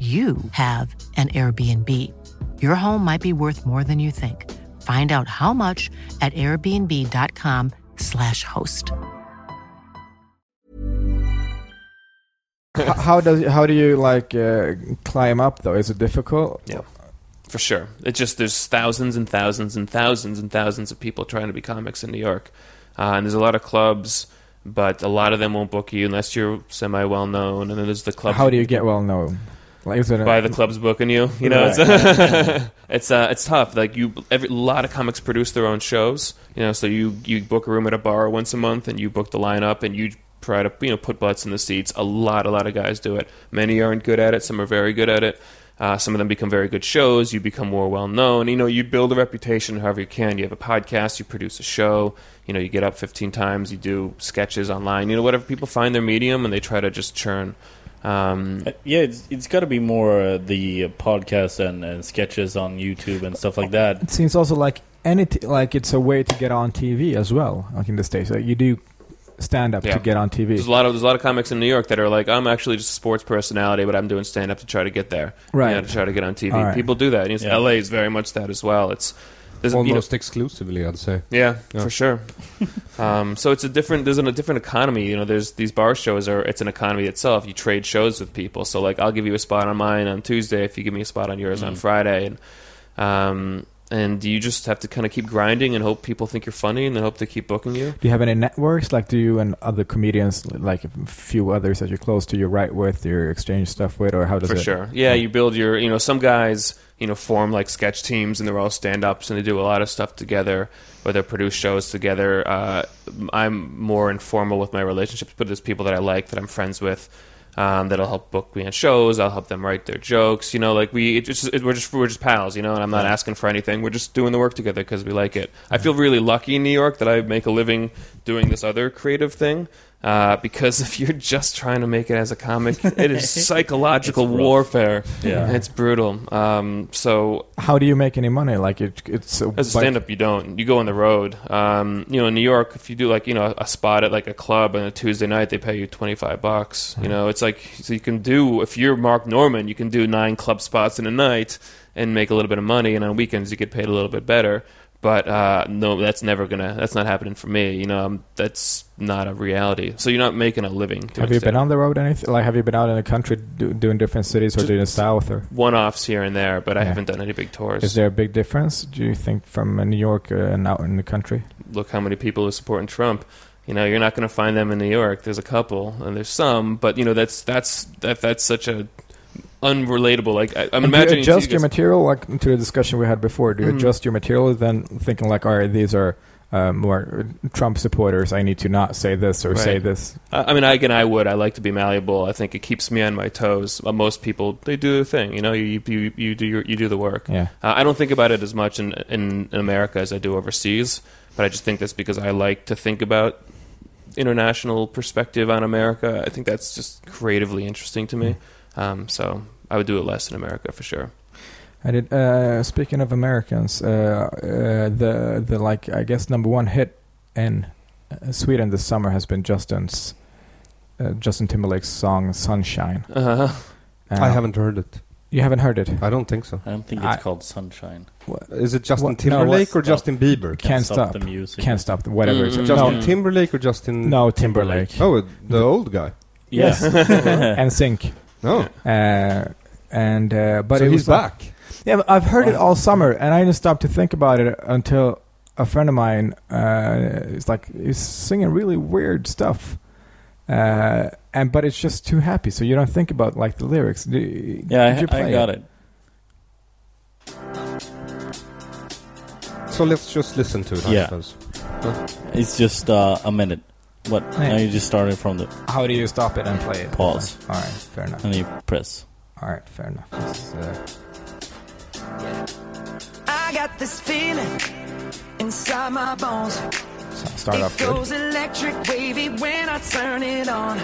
S7: you have an Airbnb. Your home might be worth more than you think. Find out how much at airbnb.com/slash host.
S3: how, how does how do you like uh, climb up though? Is it difficult?
S4: Yeah, for sure. It just there's thousands and thousands and thousands and thousands of people trying to be comics in New York, uh, and there's a lot of clubs, but a lot of them won't book you unless you're semi well known. And then there's the clubs.
S3: How do you get well known? Like is it a-
S4: by the clubs booking you. You know,
S2: Right.
S4: it's it's, uh, it's tough. Like you, every a lot of comics produce their own shows. You know, so you you book a room at a bar once a month, and you book the lineup, and you try to you know put butts in the seats. A lot, a lot of guys do it. Many aren't good at it. Some are very good at it. Uh, some of them become very good shows. You become more well known. You know, you build a reputation however you can. You have a podcast. You produce a show. You know, you get up 15 times. You do sketches online. You know, whatever people find their medium and they try to just churn. Um,
S2: Uh, Yeah, it's, it's got to be more uh, the uh, podcasts and, and sketches on YouTube and stuff like that.
S3: It seems also like any t- like it's a way to get on TV as well. Like in the states, like you do stand up
S4: Yeah.
S3: to get on
S4: There's a
S3: TV.
S4: lot of there's a lot of comics in New York that are like, I'm actually just a sports personality, but I'm doing stand up to try to get there, You
S3: Right.
S4: know, to try to get on TV.
S3: All right.
S4: People do that. And it's-
S2: Yeah.
S4: LA is very much that as well. It's there's a- you know-
S5: Almost exclusively, I'd say.
S4: yeah,
S5: Yeah.
S4: for sure. um, so it's a different. There's a different economy. You know, there's these bar shows are. It's an economy itself. You trade shows with people. So like, I'll give you a spot on mine on Tuesday if you give me a spot on yours on Friday, and um, and you just have to kind of keep grinding and hope people think you're funny and then hope they keep booking you.
S3: Do you have any networks? Like, do you and other comedians, like a few others that you're close to, you write with, you exchange stuff with, or how does
S4: for
S3: it?
S4: sure. Yeah, you build your. You know, some guys you know form like sketch teams, and they're all stand ups, and they do a lot of stuff together, or they produce shows together. Uh, I'm more informal with my relationships, but there's people that I like that I'm friends with. Um, that'll help book me on shows. I'll help them write their jokes. You know, like we it just it, we're just we're just pals. You know, and I'm not asking for anything. We're just doing the work together because we like it. I feel really lucky in New York that I make a living doing this other creative thing. Uh, because if you're just trying to make it as a comic, it is psychological
S2: It's rough.
S4: warfare.
S2: Yeah.
S4: it's brutal. Um, so
S3: How do you make any money? Like, it, it's a,
S4: as a stand up, you don't. You go on the road. Um, you know, in New York, if you do like you know a spot at like a club on a Tuesday night, they pay you twenty five bucks. You know, it's like so you can do if you're Mark Norman, you can do nine club spots in a night and make a little bit of money, and on weekends you get paid a little bit better. But uh, no, that's never gonna. That's not happening for me. You know, um, that's not a reality. So you're not making a living. doing
S3: Have you been
S4: stand-up.
S3: on the road? Anything? Like, have you been out in the country do, doing different cities or
S4: Just-
S3: doing the south? Or
S4: one offs here and there, but I
S3: Yeah.
S4: haven't done any big tours.
S3: is there a big difference? Do you think from uh, New York uh, and out in the country?
S4: look how many people are supporting Trump. You know, you're not going to find them in New York. There's a couple, and there's some, but you know, that's that's that that's such a unrelatable. Like I, I'm
S3: And do
S4: imagining
S3: you adjust
S4: you
S3: your
S4: guys-
S3: material, like to the discussion we had before. Do you
S4: Mhm.
S3: adjust your material then thinking like, all right, these are uh, more Trump supporters. I need to not say this or say
S4: Right.
S3: this.
S4: I I mean, I, again, I would. I like to be malleable. I think it keeps me on my toes. Uh, Most people, they do the thing. You know, you you, you do your, you do the work.
S3: Yeah.
S4: Uh, I don't think about it as much in, in in America as I do overseas, but I just think that's because I like to think about international perspective on America. I think that's just creatively interesting to me. Um, so I would do it less in America for sure.
S3: I did. Uh, speaking of Americans, uh, uh, the the like I guess number one hit in uh, Sweden this summer has been Justin's uh, Justin Timberlake's song "Sunshine."
S4: Uh,
S3: Uh,
S5: I haven't heard it.
S3: You haven't heard it?
S5: I don't think so.
S2: I don't think it's
S3: I-
S2: called Sunshine.
S5: Is it Justin
S3: What- no,
S5: Timberlake
S3: what's-
S5: or Justin Bieber?
S3: Can't stop.
S2: the music.
S3: Can't stop. Whatever. it's
S4: Mm,
S3: no,
S5: Mm-hmm. Justin Timberlake or Justin?
S3: no Timberlake.
S5: Oh, the old guy.
S2: Yes.
S3: and Sync.
S5: No,
S3: Uh, and uh, but
S5: so
S3: it
S5: he's
S3: was like-
S5: back.
S3: Yeah, but I've heard it all summer, and I didn't stop to think about it until a friend of mine uh, is like, he's singing really weird stuff, uh, and but it's just too happy, so you don't think about like the lyrics. Do,
S2: yeah, I, I got it.
S5: So let's just listen to it. I
S2: Yeah.
S5: suppose.
S2: It's just uh, a minute. What?
S3: Yeah.
S2: Now you just started from the
S3: How do you stop it and play it?
S2: Pause. Mm.
S3: All right, fair enough.
S2: and you press.
S3: All right, fair enough. This is, uh,
S8: I got this feeling inside my bones.
S3: start off
S8: it
S3: good.
S8: goes electric wavy when I turn it on.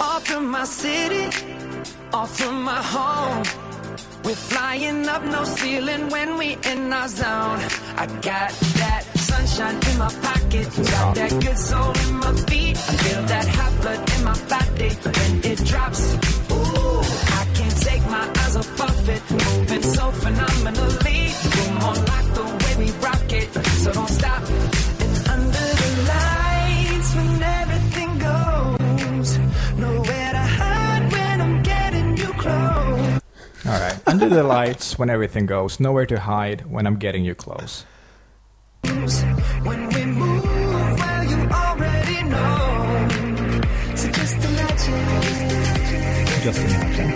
S8: Off from my city, off from my home. We're flying up no ceiling when we in our zone. I got that sunshine in my pocket, got that good soul in my feet. I feel that hot blood in my body when it drops. Ooh, I can't take my eyes off of it, moving so phenomenally. You're more like the way we rock it, so don't stop. And under the lights when everything goes, nowhere to hide when I'm getting you close.
S3: All right, under the lights when everything goes, nowhere to hide when I'm getting you close.
S8: When we move, well, you already know. So just imagine.
S3: Just imagine.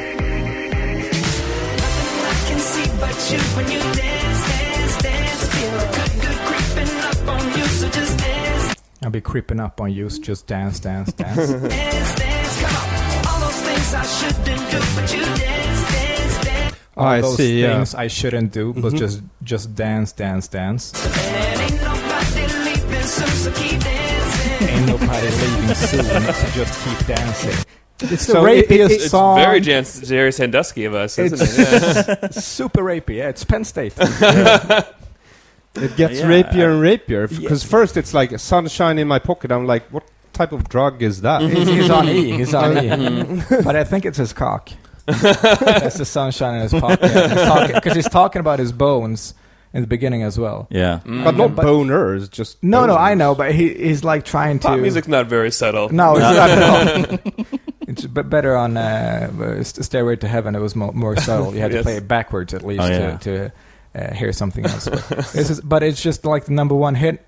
S8: I can see but you when you dance, dance, dance. Feel good, good creeping up on you. So just dance,
S3: I'll be creeping up on you. so Just dance, dance, dance.
S8: dance, dance. Come on. All those things I shouldn't do, but you dance, dance, dance.
S3: All
S5: I
S3: those
S5: see, yeah.
S3: things I shouldn't do, but
S4: Mm-hmm.
S3: just just dance, dance, dance.
S8: And ain't nobody leaving soon, so keep dancing.
S3: Ain't nobody leaving soon, so just keep dancing. It's the
S4: So
S3: rapiest
S4: it- it- it's
S3: song.
S4: very Jan- Jerry Sandusky of us, isn't
S3: It's-
S4: it? Yeah.
S3: super rapey. Yeah, it's Penn State.
S5: It gets
S2: Yeah,
S5: rapier
S2: I-
S5: and rapier because first it's like sunshine in my pocket. I'm like, what type of drug is that?
S3: he's, he's on E. He's on E.
S4: Mm-hmm.
S3: but I think it's his cock. That's the sunshine in his pocket because he's talking about his bones. in the beginning as well.
S2: Yeah.
S4: Mm-hmm.
S5: But not boners, just
S3: No, no,
S5: boners.
S3: I know, but he, he's like trying to.
S4: Pop music's not very subtle.
S3: No, it's not at all. It's b- better on uh, S- Stairway to Heaven. It was mo- more subtle. You had to
S4: Yes.
S3: play it backwards at least
S2: Oh, yeah.
S3: to, to uh, hear something else. But, this is, but it's just like the number one hit.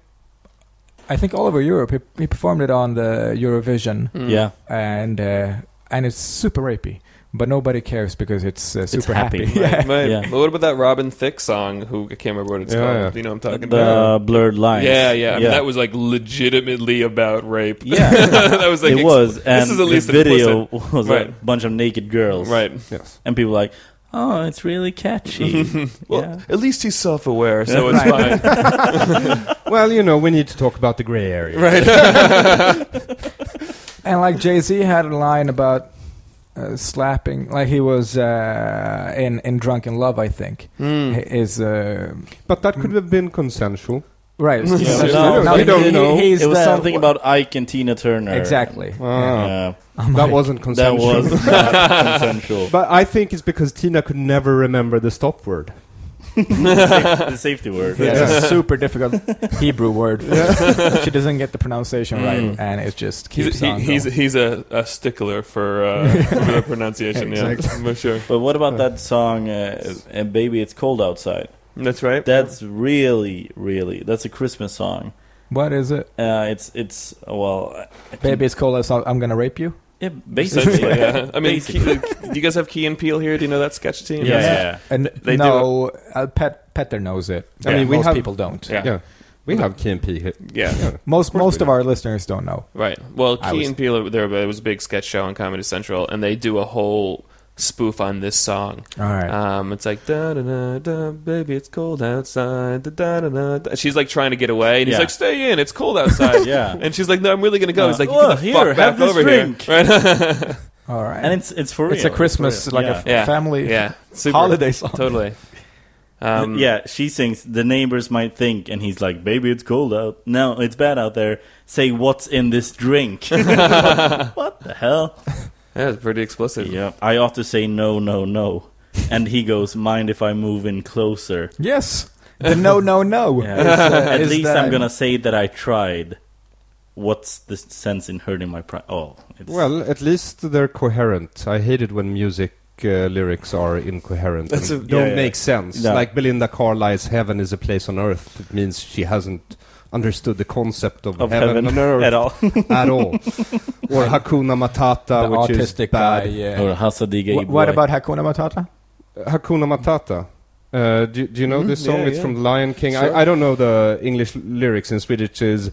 S3: I think all over Europe. He, he performed it on the Eurovision,
S2: Yeah.
S3: and uh, and it's super rapey, but nobody cares because it's uh, super
S2: happy.
S3: happy.
S2: Right.
S3: Yeah.
S4: Right.
S2: Yeah.
S4: But what about that Robin Thicke song? Who I can't remember what it's
S5: Yeah,
S4: called.
S5: yeah.
S4: Do You know what I'm talking about?
S2: The blurred lines.
S4: Yeah, yeah. I mean, that was like legitimately about rape.
S2: Yeah.
S4: that was like
S2: it
S4: expl-
S2: was. And
S4: this is at least
S2: the video
S4: explicit.
S2: was
S4: Right.
S2: a bunch of naked girls.
S4: Right.
S5: Yes.
S2: And people were like, oh, it's really catchy.
S4: Well,
S2: yeah.
S4: at least he's self-aware, so it's fine.
S5: Well, you know, we need to talk about the gray area.
S4: right.
S3: And like Jay Z had a line about uh, slapping, like he was uh, in in Drunk in Love, I think. H- His uh,
S5: But that could have been consensual.
S3: right,
S2: Yeah,
S5: Yes.
S2: no,
S5: You
S2: he-
S5: you don't
S2: he-
S5: know.
S3: he's
S2: it was
S3: the-
S2: something about Ike and Tina Turner.
S3: Exactly. Oh,
S2: Yeah.
S5: Ah, that wasn't
S2: that
S5: consensual.
S2: was not consensual.
S5: But I think it's because Tina could never remember the stop word.
S2: the safety word.
S3: Yeah, It's a super difficult Hebrew word. For she doesn't get the pronunciation right, and it just keeps
S4: He's, he,
S3: on.
S4: he's,
S3: going.
S4: he's a, a stickler for, uh, for the pronunciation. Yeah, for sure.
S2: But what about that song, uh, uh, Baby It's Cold Outside?
S4: That's right.
S2: That's really, really, that's a Christmas song.
S3: what is it?
S2: Uh, it's, it's well, I-
S3: Baby, it's cold outside. I'm gonna rape you.
S2: yeah,
S4: Essentially,
S2: basically.
S4: yeah. I mean,
S2: Basically.
S4: Key, do you guys have Key and Peele here? Do you know that sketch team?
S2: Yeah, yeah.
S3: And
S4: They
S3: no, uh, Pet Petter knows it. I
S5: Yeah.
S3: mean,
S5: we
S3: most
S5: have-
S3: people don't.
S4: Yeah.
S5: Yeah. We have KMP here.
S4: Yeah.
S3: Most most of our listeners don't know.
S4: Right. Well,
S3: I
S4: Key
S3: was-
S4: and Peele, there was a big sketch show on Comedy Central, and they do a whole spoof on this song.
S3: All right.
S2: Uh,
S4: Um, it's like da da da da, baby, it's cold outside. Da da da da. da. She's like trying to get away, and he's
S2: Yeah.
S4: like, "Stay in, it's cold outside."
S2: Yeah.
S4: And she's like, "No, I'm really gonna go."
S2: Uh,
S4: he's like,
S2: well,
S4: "Get the
S2: here,
S4: fuck back
S2: have this
S4: over
S2: drink."
S4: here." Right?
S3: All right.
S2: And it's it's for real.
S3: It's a
S2: for
S3: Christmas,
S2: real.
S3: like a
S2: yeah.
S3: f- family
S4: Yeah. Super.
S3: holiday song.
S4: Totally. Um,
S2: yeah, she sings. The neighbors might think, and he's like, "Baby, it's cold out. No, it's bad out there. Say what's in this drink." what the hell?
S4: yeah, it's pretty explicit.
S2: Yeah, I ought to say no, no, no. And he goes, "Mind if I move in closer?"
S3: Yes. The no, no, no.
S2: Yeah.
S3: Is, uh,
S2: At
S3: is
S2: least
S3: that-
S2: I'm gonna say that I tried. What's the sense in hurting my pride? Oh, it's,
S5: Well, at least they're coherent. I hate it when music uh, lyrics are incoherent.
S4: That's
S5: and
S4: a-
S5: don't
S2: yeah, yeah.
S5: make sense.
S2: No.
S5: Like Belinda Carlisle's "Heaven is a place on earth." It means she hasn't understood the concept of,
S2: of
S5: heaven,
S2: heaven,
S5: on earth
S2: at all.
S5: at all. or Hakuna Matata,
S3: the
S5: which
S3: autistic
S5: is
S3: guy.
S5: bad.
S3: Yeah.
S2: or Hasadiga
S3: Wh- what about Hakuna Matata?
S5: Hakuna Matata. Uh, do, do you know this song?
S4: Mm-hmm. Yeah,
S5: it's
S4: yeah.
S5: from The Lion King.
S3: Sure.
S5: I, I don't know the English l- lyrics in Swedish. Is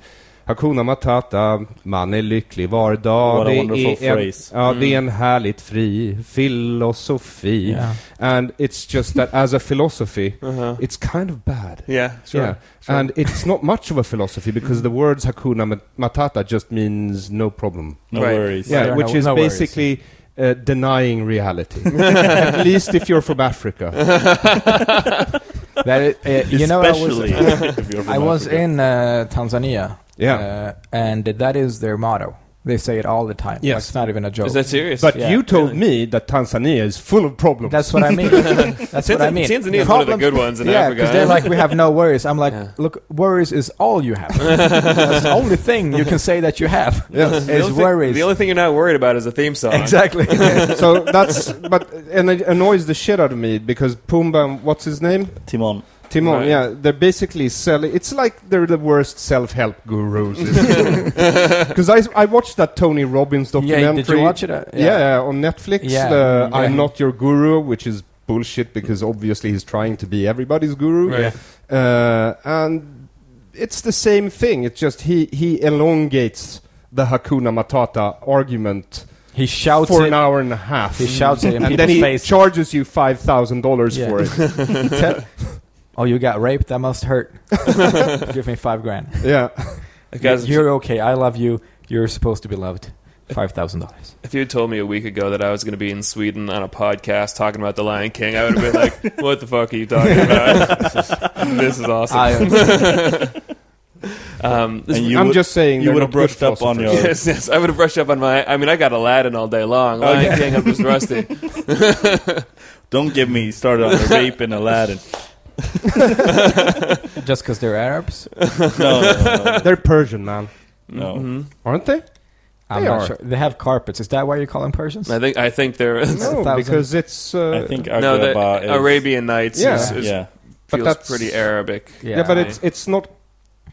S5: Hakuna Matata, man är lycklig var dag.
S2: What a
S5: Det
S2: wonderful
S5: är en,
S2: phrase.
S5: Ja, det är
S4: Mm.
S5: en härligt fri filosofi.
S3: Yeah.
S5: And it's just that as a philosophy,
S4: Uh-huh.
S5: it's kind of bad.
S4: Yeah. Sure.
S5: Yeah. And it's not much of a philosophy because the words Hakuna Ma- Matata just means no problem.
S2: No
S4: Right.
S2: worries.
S5: Yeah,
S3: There are
S5: which
S3: no-
S5: is
S3: no worries.
S5: basically uh, denying reality. At least if you're from Africa.
S3: That i- uh, you know, I was,
S2: Especially if you're from
S3: I was
S2: Africa.
S3: in uh, Tanzania.
S5: Yeah.
S3: Uh, and that is their motto. They say it all the time.
S5: Yes.
S3: Like, it's not even a joke.
S4: Is that serious?
S5: But
S3: Yeah,
S5: you told me that Tanzania is full of problems.
S3: That's what I mean. That's what I mean.
S4: Tanzania is one of the good ones in
S3: yeah,
S4: Africa.
S3: because they're like, we have no worries. I'm like,
S4: Yeah.
S3: look, worries is all you have. That's the only thing you can say that you have
S5: Yes.
S4: the
S3: is
S4: only thing-
S3: worries.
S4: the only thing you're not worried about is a theme song.
S3: exactly.
S5: so that's but and it annoys the shit out of me because Pumbaa, and what's his name?
S2: Timon.
S5: Timon.
S4: Right.
S5: Yeah, they're basically selling. It's like they're the worst self-help gurus. Because I, I watched that Tony Robbins
S3: yeah,
S5: documentary.
S3: did you watch it? Uh,
S5: Yeah, on Netflix.
S3: Yeah.
S5: the
S3: Yeah.
S5: I'm not your guru, which is bullshit because obviously he's trying to be everybody's guru.
S4: Right.
S5: Uh, and it's the same thing. It's just he he elongates the Hakuna Matata argument
S3: He shouts
S5: for
S3: it.
S5: an hour and a half.
S3: He shouts it in
S5: and
S3: people's
S5: then he
S3: faces.
S5: charges you five thousand dollars
S3: Yeah.
S5: for it.
S3: Tell- oh, you got raped? That must hurt. Give me five grand.
S5: yeah.
S4: Guys,
S3: You're okay. I love you. You're supposed to be loved. Five thousand dollars.
S4: If you had told me a week ago that I was going to be in Sweden on a podcast talking about The Lion King, I would have been like, "What the fuck are you talking about? this is awesome." Um, this
S2: And
S4: is-
S2: you
S5: I'm
S2: would-
S5: just saying
S2: you
S5: they're
S2: would have
S5: not good
S2: brushed up on your.
S5: philosophers.
S4: yes, yes, I would have brushed up on my. I mean, I got Aladdin all day long.
S5: Oh,
S4: Lion King, I'm just rusty.
S2: Don't get me started on the rape in Aladdin.
S3: just because they're Arabs.
S2: No, no, no, no,
S5: They're Persian, man.
S2: no.
S5: Aren't they?
S3: I'm
S5: They
S3: not
S5: are.
S3: sure. They have carpets. Is that why you call them Persians?
S4: I think I think they're no,
S5: No,
S3: thousand-
S5: because it's. Uh,
S2: I think
S4: the
S2: Agrabah is,
S4: Arabian Nights
S5: Yeah.
S4: is, is
S2: Yeah,
S5: But
S4: feels
S5: that's-
S4: pretty Arabic.
S5: Yeah, but it's it's not.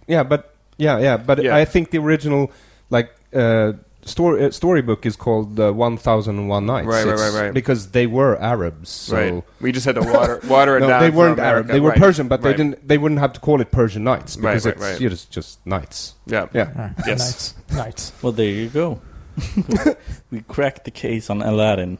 S5: Yeah, but yeah, yeah, but
S4: Yeah.
S5: I think the original like uh, story uh, storybook is called uh, One Thousand and One Nights.
S4: Right, right,
S5: It's
S4: right, right.
S5: Because they were Arabs, so
S4: right. We just had to water water it
S5: no,
S4: down.
S5: they
S4: for
S5: weren't
S4: America.
S5: Arab. They were
S4: Right.
S5: Persian, but
S4: Right.
S5: they didn't. They wouldn't have to call it Persian Nights
S4: Right,
S5: because
S4: right,
S5: it's
S4: right.
S5: you know, it's just Knights.
S4: Yeah.
S5: Yeah.
S3: Ah,
S4: Yes.
S3: Nights. Nights.
S2: Well, there you go. we cracked the case on Aladdin.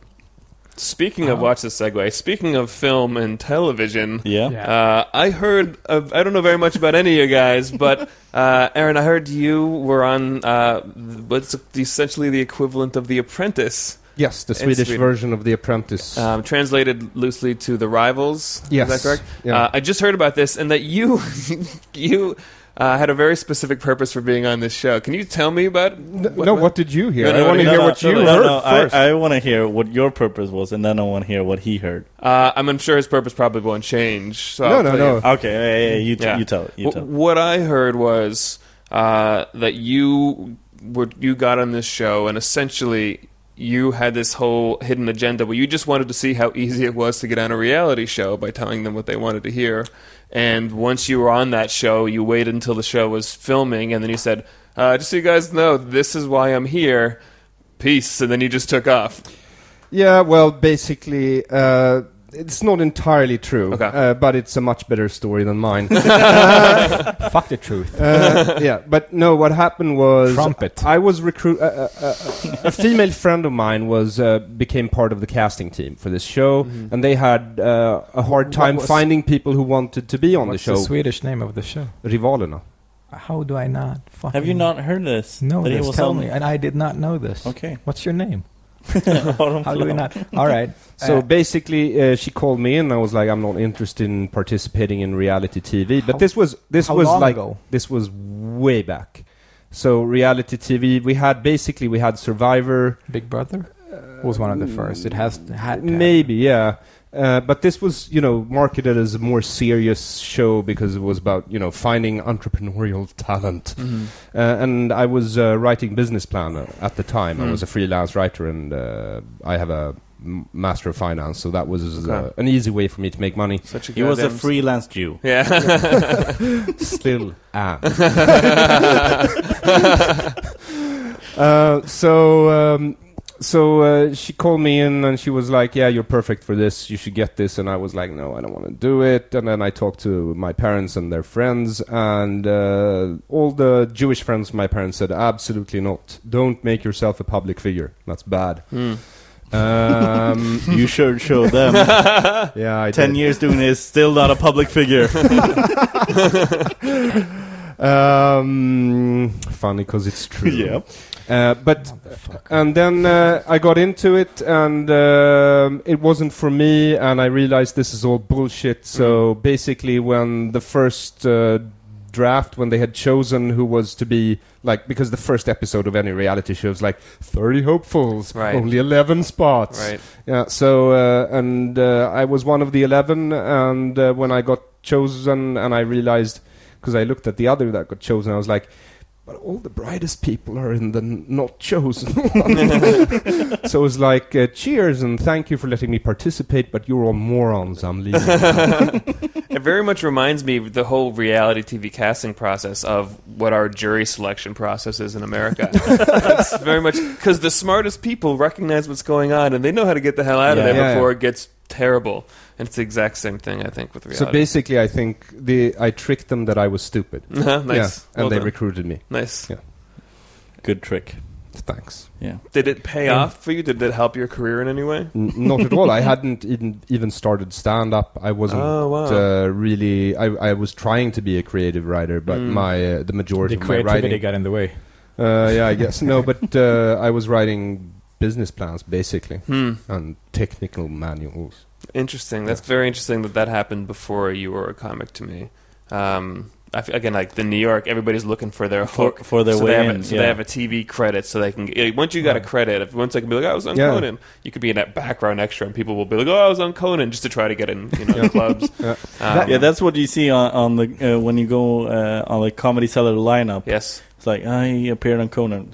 S4: Speaking
S5: Uh-huh.
S4: of watch this segue. Speaking of film and television.
S2: Yeah.
S3: Yeah.
S4: Uh, I heard. Of, I don't know very much about any of you guys, but uh, Aaron, I heard you were on uh, what's essentially the equivalent of The Apprentice,
S5: Yes, the
S4: In
S5: Swedish
S4: Sweden.
S5: version of The Apprentice.
S4: um, translated loosely to The Rivals.
S5: Yes.
S4: is that correct?
S5: Yeah.
S4: Uh, I just heard about this, and that you you uh, had a very specific purpose for being on this show. Can you tell me about?
S5: N- no, what did you hear?
S4: No, no,
S5: I
S4: no,
S5: want to
S4: no,
S5: hear
S4: no,
S5: what
S4: no,
S5: you
S4: no,
S5: heard
S2: I,
S5: first.
S2: I want to hear what your purpose was, and then I want to hear what he heard.
S4: Uh, I'm unsure his purpose probably won't change. So
S5: No,
S4: I'll
S5: no,
S4: tell
S5: no.
S4: you.
S2: Okay, yeah, yeah, yeah, you, t-
S4: Yeah.
S2: you tell. it, You
S4: Wh-
S2: tell. it.
S4: What I heard was uh, that you were you got on this show and essentially you had this whole hidden agenda where you just wanted to see how easy it was to get on a reality show by telling them what they wanted to hear. And once you were on that show, you waited until the show was filming, and then you said, uh, "Just so you guys know, this is why I'm here." Peace, and then you just took off.
S5: Yeah, well, basically, uh, it's not entirely true,
S4: Okay.
S5: uh, but it's a much better story than mine.
S3: Fuck the truth.
S5: Uh, yeah, but no, what happened was
S3: Trumpet.
S5: I was recruit. Uh, uh, uh, a female friend of mine was uh, became part of the casting team for this show,
S3: Mm-hmm.
S5: and they had uh, a hard
S3: What
S5: time
S3: was-
S5: finding people who wanted to be on
S3: What's
S5: the show.
S3: Swedish name of the show?
S5: Rivalerna.
S3: How do I not? Fucking
S2: Have you not heard this?
S3: know
S2: That he
S3: this?
S2: was
S3: Tell
S2: on-
S3: me, and I did not know this.
S2: Okay.
S3: What's your name?
S2: Autumn
S3: How do we
S2: Flow.
S3: not? All right.
S5: So
S3: Uh,
S5: basically, uh, she called me, and I was like, "I'm not interested in participating in reality TV." But
S3: How-
S5: this was this
S3: how
S5: was
S3: long
S5: like
S3: ago?
S5: this was way back. So reality TV, we had basically we had Survivor,
S3: Big Brother was one of the first. It has had to
S5: Maybe, yeah. Uh, but this was, you know, marketed as a more serious show because it was about, you know, finding entrepreneurial talent. Uh, and I was uh, writing business plan uh, at the time. I was a freelance writer, and uh, I have a m- master of finance, so that was uh,
S4: Okay.
S5: an easy way for me to make money.
S4: Such a
S2: He was a
S4: goddamn-
S2: freelance Jew.
S4: Yeah,
S5: Still am. uh, so um, so uh, she called me in and she was like, "Yeah, you're perfect for this. You should get this." And I was like, "No, I don't want to do it." And then I talked to my parents and their friends, and uh, all the Jewish friends of my parents said, "Absolutely not. Don't make yourself a public figure. That's bad."
S2: Hmm.
S5: Um,
S2: You should show them.
S5: yeah, I
S2: Ten
S5: did.
S2: years doing this, still not a public figure.
S5: Um, funny because it's true.
S2: Yep.
S5: Uh, but and then uh, I got into it, and um it wasn't for me, and I realized this is all bullshit. So basically, when the first uh, draft, when they had chosen who was to be like, because the first episode of any reality show is like thirty hopefuls,
S4: Right.
S5: only eleven spots,
S4: right.
S5: yeah. So uh, and uh, I was one of the eleven, and uh, when I got chosen, and I realized because I looked at the other that got chosen, I was like, but all the brightest people are in the n- not chosen. one." so it was like, uh, cheers and thank you for letting me participate, but you're all morons. I'm leaving.
S4: It very much reminds me of the whole reality TV casting process of what our jury selection process is in America. it's very much because the smartest people recognize what's going on and they know how to get the hell out of
S2: Yeah.
S4: there
S5: Yeah,
S4: before
S5: yeah.
S4: it gets terrible. And it's the exact same thing, I think, with reality.
S5: so basically, I think the I tricked them that I was stupid.
S4: Uh-huh, nice.
S5: and
S4: Well
S5: they
S4: done.
S5: recruited me.
S4: nice.
S5: Yeah.
S2: Good trick.
S5: Thanks.
S2: Yeah.
S4: Did it pay off for you? Did it help your career in any way?
S5: N- not at all. I hadn't even even started stand up. I wasn't
S4: Oh, wow.
S5: uh, really. I, I was trying to be a creative writer, but
S4: Mm.
S5: my uh, the majority
S3: The
S5: of my
S3: creativity
S5: writing.
S3: got in the way.
S5: Uh, yeah, I guess no, but uh, I was writing business plans basically
S4: Hmm.
S5: and technical manuals.
S4: Interesting. That's very interesting that that happened before you were a comic to me. Um, I f again, like the New York, everybody's looking for their
S2: For-
S4: hook
S2: for their
S4: so
S2: way
S4: they have
S2: in,
S4: A, so
S2: yeah.
S4: they have a TV credit, so they can. eh, Once you got a credit, if once they can be like, "Oh, "I was on
S5: Yeah.
S4: Conan," you could be in that background extra, and people will be like, "Oh, I was on Conan," just to try to get in, you know, clubs. Um,
S2: yeah, that's what you see on, on the uh, when you go uh, on the comedy cellar lineup.
S4: yes.
S2: It's like I appeared on Conan.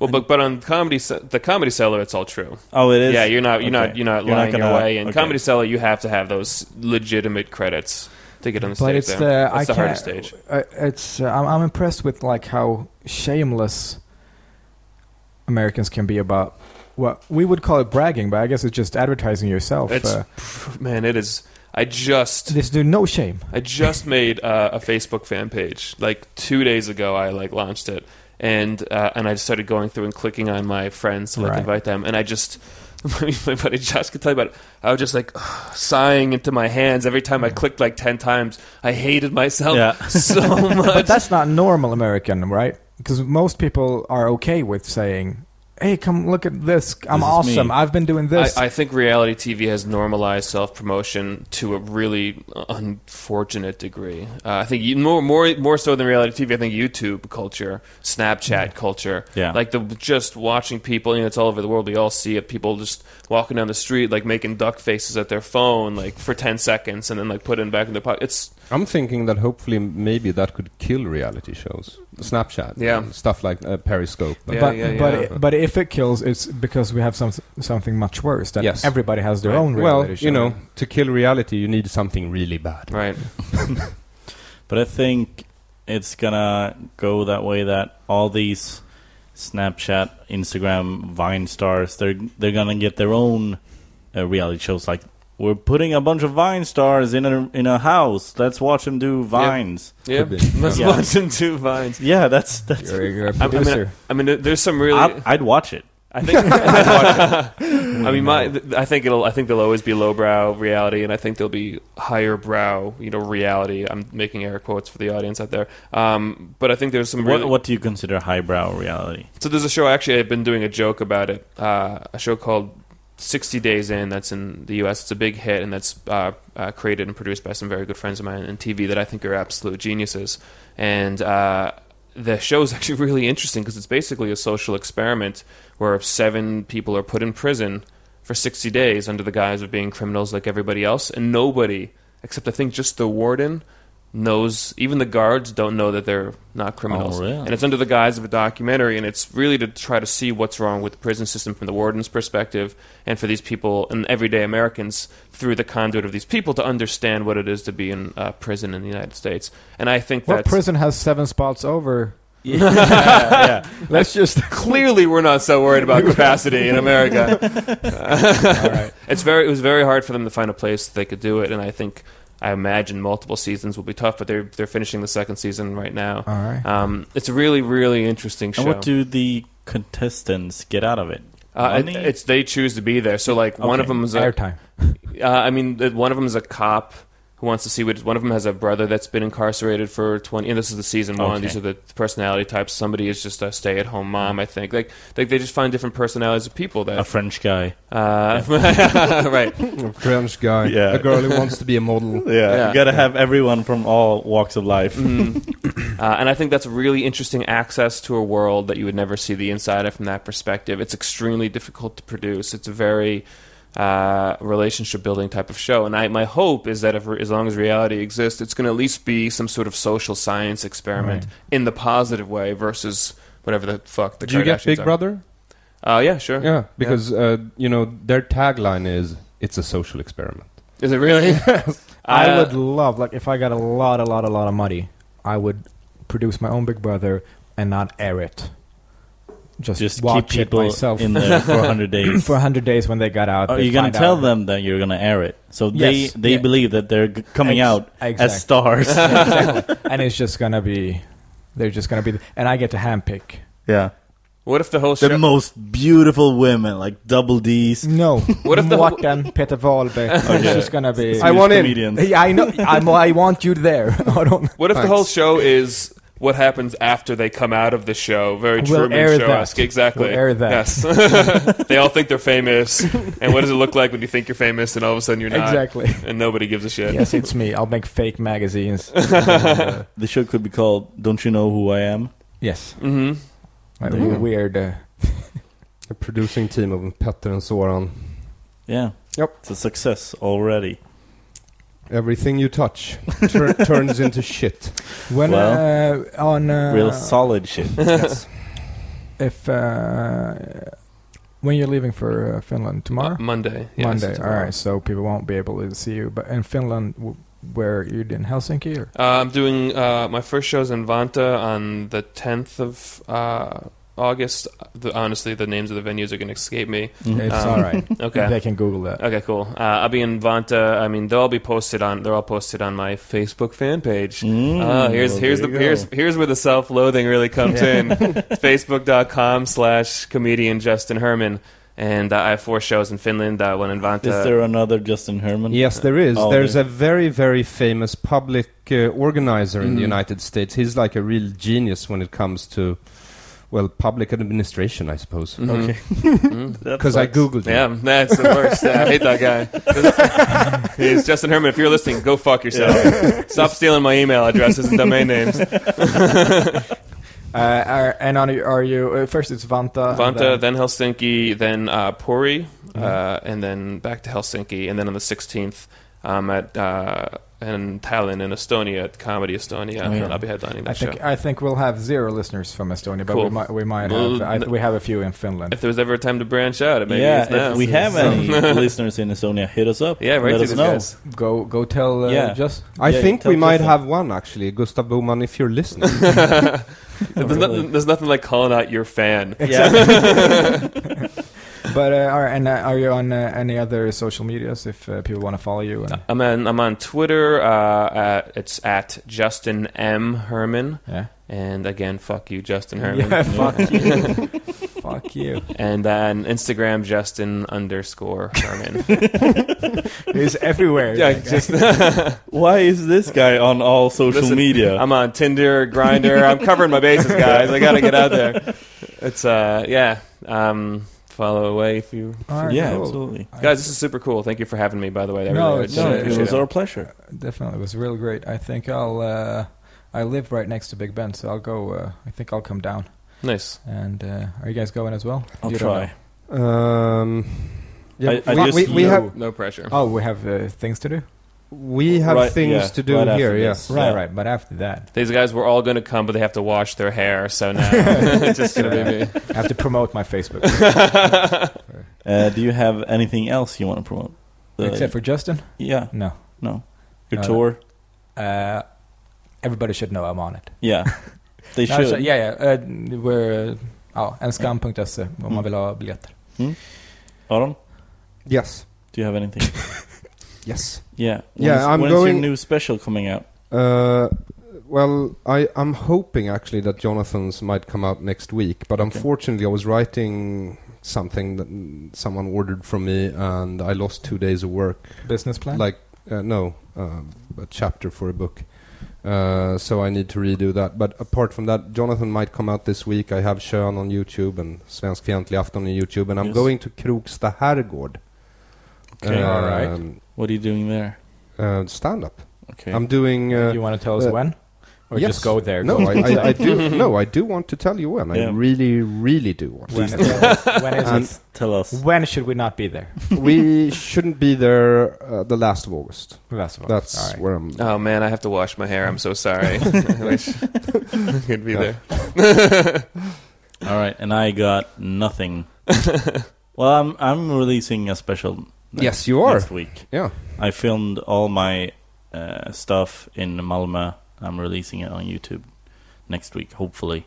S4: Well, but but on comedy, Ce- the comedy cellar, it's all true.
S2: Oh, it is.
S4: Yeah, you're not you're not
S2: Okay.
S4: you're not
S2: You're not
S4: lying
S2: gonna-
S4: your way. In
S2: okay.
S4: comedy cellar, you have to have those legitimate credits to get on the
S3: but
S4: stage.
S3: it's
S4: there.
S3: the
S4: That's
S3: I
S4: the
S3: can't.
S4: hardest stage.
S3: uh, it's uh, I'm, I'm impressed with like how shameless Americans can be about what we would call it bragging, but I guess it's just advertising yourself.
S4: It's
S3: uh,
S4: man, it is. I just
S3: there's no- no shame.
S4: I just made uh, a Facebook fan page like two days ago. I like launched it, and uh, and I just started going through and clicking on my friends to like
S3: Right.
S4: invite them, and I just. My buddy Josh could tell you about it. I was just like sighing into my hands every time I clicked like ten times. I hated myself
S2: Yeah.
S4: so much.
S3: But that's not normal American, right? Because most people are okay with saying, "Hey, come look at this. I'm
S2: This is me."
S3: awesome. I've been doing this."
S4: I, I think reality TV has normalized self promotion to a really unfortunate degree. Uh, I think you, more more more so than reality TV. I think YouTube culture, Snapchat culture,
S2: Yeah.
S4: like the just watching people. You know, it's all over the world. We all see it. People just walking down the street, like making duck faces at their phone, like for ten seconds, and then like put it back in their pocket. It's
S5: I'm thinking that hopefully m- maybe that could kill reality shows, Snapchat,
S4: Yeah.
S5: and stuff like uh, Periscope.
S4: Yeah,
S3: but
S4: yeah,
S3: but
S4: yeah.
S3: It, but if it kills, it's because we have some something much worse. That
S5: Yes.
S3: everybody has their
S4: Right.
S3: own.
S5: well,
S3: reality
S5: you
S3: show.
S5: know, to kill reality, you need something really bad.
S4: right.
S2: But I think it's gonna go that way that all these Snapchat, Instagram, Vine stars, they're they're gonna get their own uh, reality shows. Like we're putting a bunch of Vine stars in a in a house. Let's watch them do vines.
S4: Yeah,
S5: be.
S4: let's
S2: Yeah.
S4: watch them do vines.
S2: Yeah, that's that's.
S3: You're, you're a
S4: I, I mean,
S3: producer.
S4: I, I mean, there's some really.
S2: I, I'd watch it.
S4: I think. I mean, my. th- I think it'll. I think there'll always be lowbrow reality, and I think there'll be higher brow, you know, reality. I'm making air quotes for the audience out there. Um, but I think there's some. Really,
S2: What what do you consider highbrow reality?
S4: So there's a show. Actually, I've been doing a joke about it. Uh, a show called 60 Days In. That's in the U.S. It's a big hit, and that's uh, uh, created and produced by some very good friends of mine in TV that I think are absolute geniuses. And uh, the show is actually really interesting because it's basically a social experiment where seven people are put in prison for 60 days under the guise of being criminals like everybody else, and nobody, except I think just the warden, knows. Even the guards don't know that they're not criminals,
S2: really?
S4: and it's under the guise of a documentary, and it's really to try to see what's wrong with the prison system from the warden's perspective, and for these people and everyday Americans through the conduit of these people to understand what it is to be in uh, prison in the United States. And I think
S3: what
S4: that's
S3: prison has seven spots over?
S5: Let's just.
S4: clearly we're not so worried about capacity in America.
S3: All right.
S4: It's very. It was very hard for them to find a place they could do it, and I think I imagine multiple seasons will be tough. But they're they're finishing the second season right now.
S3: All right.
S4: Um, it's a really really interesting show.
S2: And what do the contestants get out of it?
S4: uh, it,
S2: Money?
S4: it's they choose to be there. So like one
S2: Okay.
S4: of them is a,
S3: Airtime.
S4: uh, I mean uh, one of them is a cop who wants to see what one of them has a brother that's been incarcerated for twenty. And this is the season one.
S2: Okay.
S4: These are the personality types. Somebody is just a stay at home mom. I think like like they just find different personalities of people
S2: a
S4: that
S2: French guy.
S4: uh, right.
S5: French guy,
S2: Yeah.
S5: a girl who wants to be a model.
S4: Yeah.
S2: you gotta have everyone from all walks of life.
S3: Mm.
S4: Uh, and I think that's really interesting access to a world that you would never see the inside of from that perspective. It's extremely difficult to produce. It's a very uh, relationship building type of show. And I, my hope is that if, as long as reality exists, it's going to at least be some sort of social science experiment in the positive way versus whatever the fuck the
S5: Do you get
S4: Kardashians
S5: Big
S4: are.
S5: Brother?
S4: Uh, yeah, sure.
S5: Yeah, because Uh, you know their tagline is "It's a social experiment."
S4: Is it really?
S3: I
S4: Uh,
S3: would love, like, if I got a lot, a lot, a lot of money, I would produce my own Big Brother and not air it. Just,
S2: Just keep
S3: watch it
S2: people
S3: myself
S2: in there for 100 days.
S3: for 100 days when they got out.
S2: Are
S3: they
S2: you Oh, gonna
S3: find
S2: tell
S3: out.
S2: them that you're gonna air it? So
S3: Yes.
S2: they they
S3: Yeah.
S2: believe that they're g- coming
S3: Ex-
S2: out
S3: exact.
S2: as stars.
S3: and it's just gonna be, they're just gonna be, and I get to handpick.
S2: yeah,
S4: what if the whole
S2: the
S4: show?
S2: most beautiful women, like double D's.
S3: No, what
S4: if the whole-
S3: Morten Peter Wahlberg?
S2: Oh,
S3: It's just gonna be.
S2: I
S5: want in.
S2: comedians.
S3: Yeah, I know. I'm, I want you there. I don't.
S4: What if the whole show is what happens after they come out of the show. Very
S3: We'll
S4: Truman
S3: air
S4: Show esque,
S3: that.
S4: exactly.
S3: We'll air that.
S4: Yes, they all think they're famous, and what does it look like when you think you're famous and all of a sudden you're not?
S3: Exactly.
S4: and nobody gives a shit.
S3: yes, it's me. I'll make fake magazines.
S2: The show could be called "Don't You Know Who I Am."
S3: yes,
S4: hmm
S2: Mm-hmm.
S3: like,
S2: There you go.
S3: weird. Uh,
S5: The producing team of Petter and Soran.
S2: Yeah.
S5: Yep.
S2: It's a success already.
S5: Everything you touch tur- turns into shit.
S3: when
S2: Well,
S3: uh, on uh,
S2: Real solid shit.
S5: Yes.
S3: if uh, when you're leaving for uh, Finland tomorrow,
S4: Uh, Monday. Yes,
S3: Monday.
S4: tomorrow.
S3: All right, so people won't be able to see you. But in Finland, w- where you're in Helsinki, or
S4: Uh, I'm doing uh, my first show's in Vanta on the 10th of uh, August. The, honestly, the names of the venues are going to escape me.
S2: Mm-hmm.
S3: it's
S4: Um,
S3: all right.
S4: Okay.
S3: they can Google that.
S4: Okay, cool. Uh, I'll be in Vanta. I mean, they'll all be posted on. They're all posted on my Facebook fan page.
S2: Mm,
S4: Uh, here's
S2: well,
S4: here's
S2: there
S4: the
S2: you
S4: here's
S2: go.
S4: here's where the self-loathing really comes in. Facebook.com slash comedian Justin Herman, and uh, I have four shows in Finland. Uh, one in Vanta.
S2: Is there another Justin Herman?
S5: Yes, there is.
S2: Oh,
S5: There's
S2: there-
S5: a very, very famous public uh, organizer in the United States. He's like a real genius when it comes to, well, public administration, I suppose.
S4: Mhm.
S2: Okay.
S4: Mhm.
S2: That
S5: Because Mm-hmm. I
S2: sucks.
S5: googled
S4: Yeah,
S5: him.
S4: that's the worst. I hate that guy. He's Justin Herman. If you're listening, go fuck yourself. Stop stealing my email addresses and domain names.
S3: Uh, are, and on, are you uh, first? It's Vanta. and
S4: Vanta, then Helsinki, then uh, Pori, uh, and then back to Helsinki, and then on the 16th, um, at uh, in Tallinn in Estonia at Comedy Estonia,
S3: Oh, yeah.
S4: and I'll be headlining that
S3: I think
S4: show.
S3: I think we'll have zero listeners from Estonia, but
S4: Cool.
S3: we might we might
S4: Well,
S3: have I,
S4: th-
S3: we have a few in Finland.
S4: if there was ever a time to branch out, it maybe is
S2: yeah,
S4: now.
S2: if we have any listeners in Estonia, hit us up.
S4: yeah, right
S2: Let
S4: to
S2: us
S4: these
S2: know.
S4: guys.
S3: go go tell uh,
S2: Yeah.
S3: just
S5: I
S2: Yeah,
S5: think
S2: tell
S5: we might
S2: Justin.
S5: have one, actually. Gustav Boman, if you're listening.
S4: There's, nothing, there's nothing like calling out your fan.
S2: Yeah.
S3: but uh, are, and uh, are you on uh, any other social medias if uh, people want to follow you? And,
S4: I'm on, I'm on Twitter. Uh, at, it's at Justin M Herman,
S3: yeah,
S4: and again, fuck you, Justin Herman.
S3: yeah, fuck you, fuck you.
S4: And then Instagram Justin underscore Herman.
S3: It's everywhere.
S4: Yeah, just
S2: Why is this guy on all social
S4: listen,
S2: media?
S4: I'm on Tinder, Grinder. I'm covering my bases, guys. I gotta get out there. It's uh, yeah. Um, follow away if you
S3: All right,
S2: yeah,
S3: cool.
S2: absolutely.
S4: guys. This is super cool. Thank you for having me. By the way, I
S3: No,
S4: really- I
S3: it's-
S4: really
S2: No, it
S4: appreciate
S2: was
S4: it.
S2: our pleasure.
S3: Definitely, it was real great. I think I'll. Uh, I live right next to Big Ben, so I'll go. Uh, I think I'll come down.
S4: nice.
S3: And uh, are you guys going as well?
S2: I'll
S3: You don't
S2: try.
S5: um, yeah,
S2: I- I
S5: we,
S2: just-
S5: we, we
S2: you-
S5: have,
S4: No pressure.
S3: know. Oh, we have uh, things to do.
S5: we have
S2: Right,
S5: things
S2: yeah,
S5: to do
S2: right after
S5: here,
S2: this.
S5: yes.
S2: Right,
S3: Right,
S2: right,
S3: right. But after that,
S4: These guys were all going to come, but they have to wash their hair. So now it's just going to be me.
S3: I have to promote my Facebook,
S2: Uh, do you have anything else you want to promote? Uh,
S3: except for Justin.
S2: yeah,
S3: No,
S2: no, your
S3: No.
S2: tour.
S3: uh, everybody should know I'm on it.
S2: Yeah, they
S3: No,
S2: should.
S3: så- ja, ja. eh, we're, eh, ja, enskam.se E, om man vill ha biljetter.
S2: Aron,
S5: Yes.
S2: do you have anything?
S5: Yes.
S2: Yeah.
S5: Yeah,
S2: When's-
S5: I'm
S2: when's
S5: going-
S2: your new special coming out?
S5: Uh, well, I, I'm hoping actually that Jonathan's might come out next week, but unfortunately, I was writing something that mm, someone ordered from me, and I lost two days of work.
S3: Business plan?
S5: Like, uh, no, uh, a chapter for a book. Uh, so I need to redo that. But apart from that, Jonathan might come out this week. I have Sean on YouTube and Svensk Fientlig Afton on YouTube, and I'm
S2: Yes.
S5: going to Kroksta Herrgård.
S2: Okay.
S3: uh,
S5: Um,
S3: Alright.
S2: Uh, What are you doing there?
S5: uh, stand up.
S2: Okay.
S5: I'm doing. Uh,
S3: you want to tell us
S5: uh,
S3: when? Or
S5: yes.
S3: just go there?
S5: No,
S3: go
S5: I, I, I do. No, I do want to tell you when.
S2: Yeah.
S5: I really, really do want.
S3: when, is it? when is
S5: And-
S3: it?
S2: Tell us.
S3: When should we not be there?
S5: we shouldn't be there uh, the last of August.
S3: That's what.
S5: That's
S3: all right.
S5: where I'm.
S4: Oh man, I have to wash my hair. I'm so sorry. I wish I could be there.
S2: All right, and I got nothing. well, I'm I'm releasing a special. Next,
S5: Yes, you are.
S2: Next week,
S5: Yeah.
S2: I filmed all my uh, stuff in Malmö. I'm releasing it on YouTube next week, hopefully.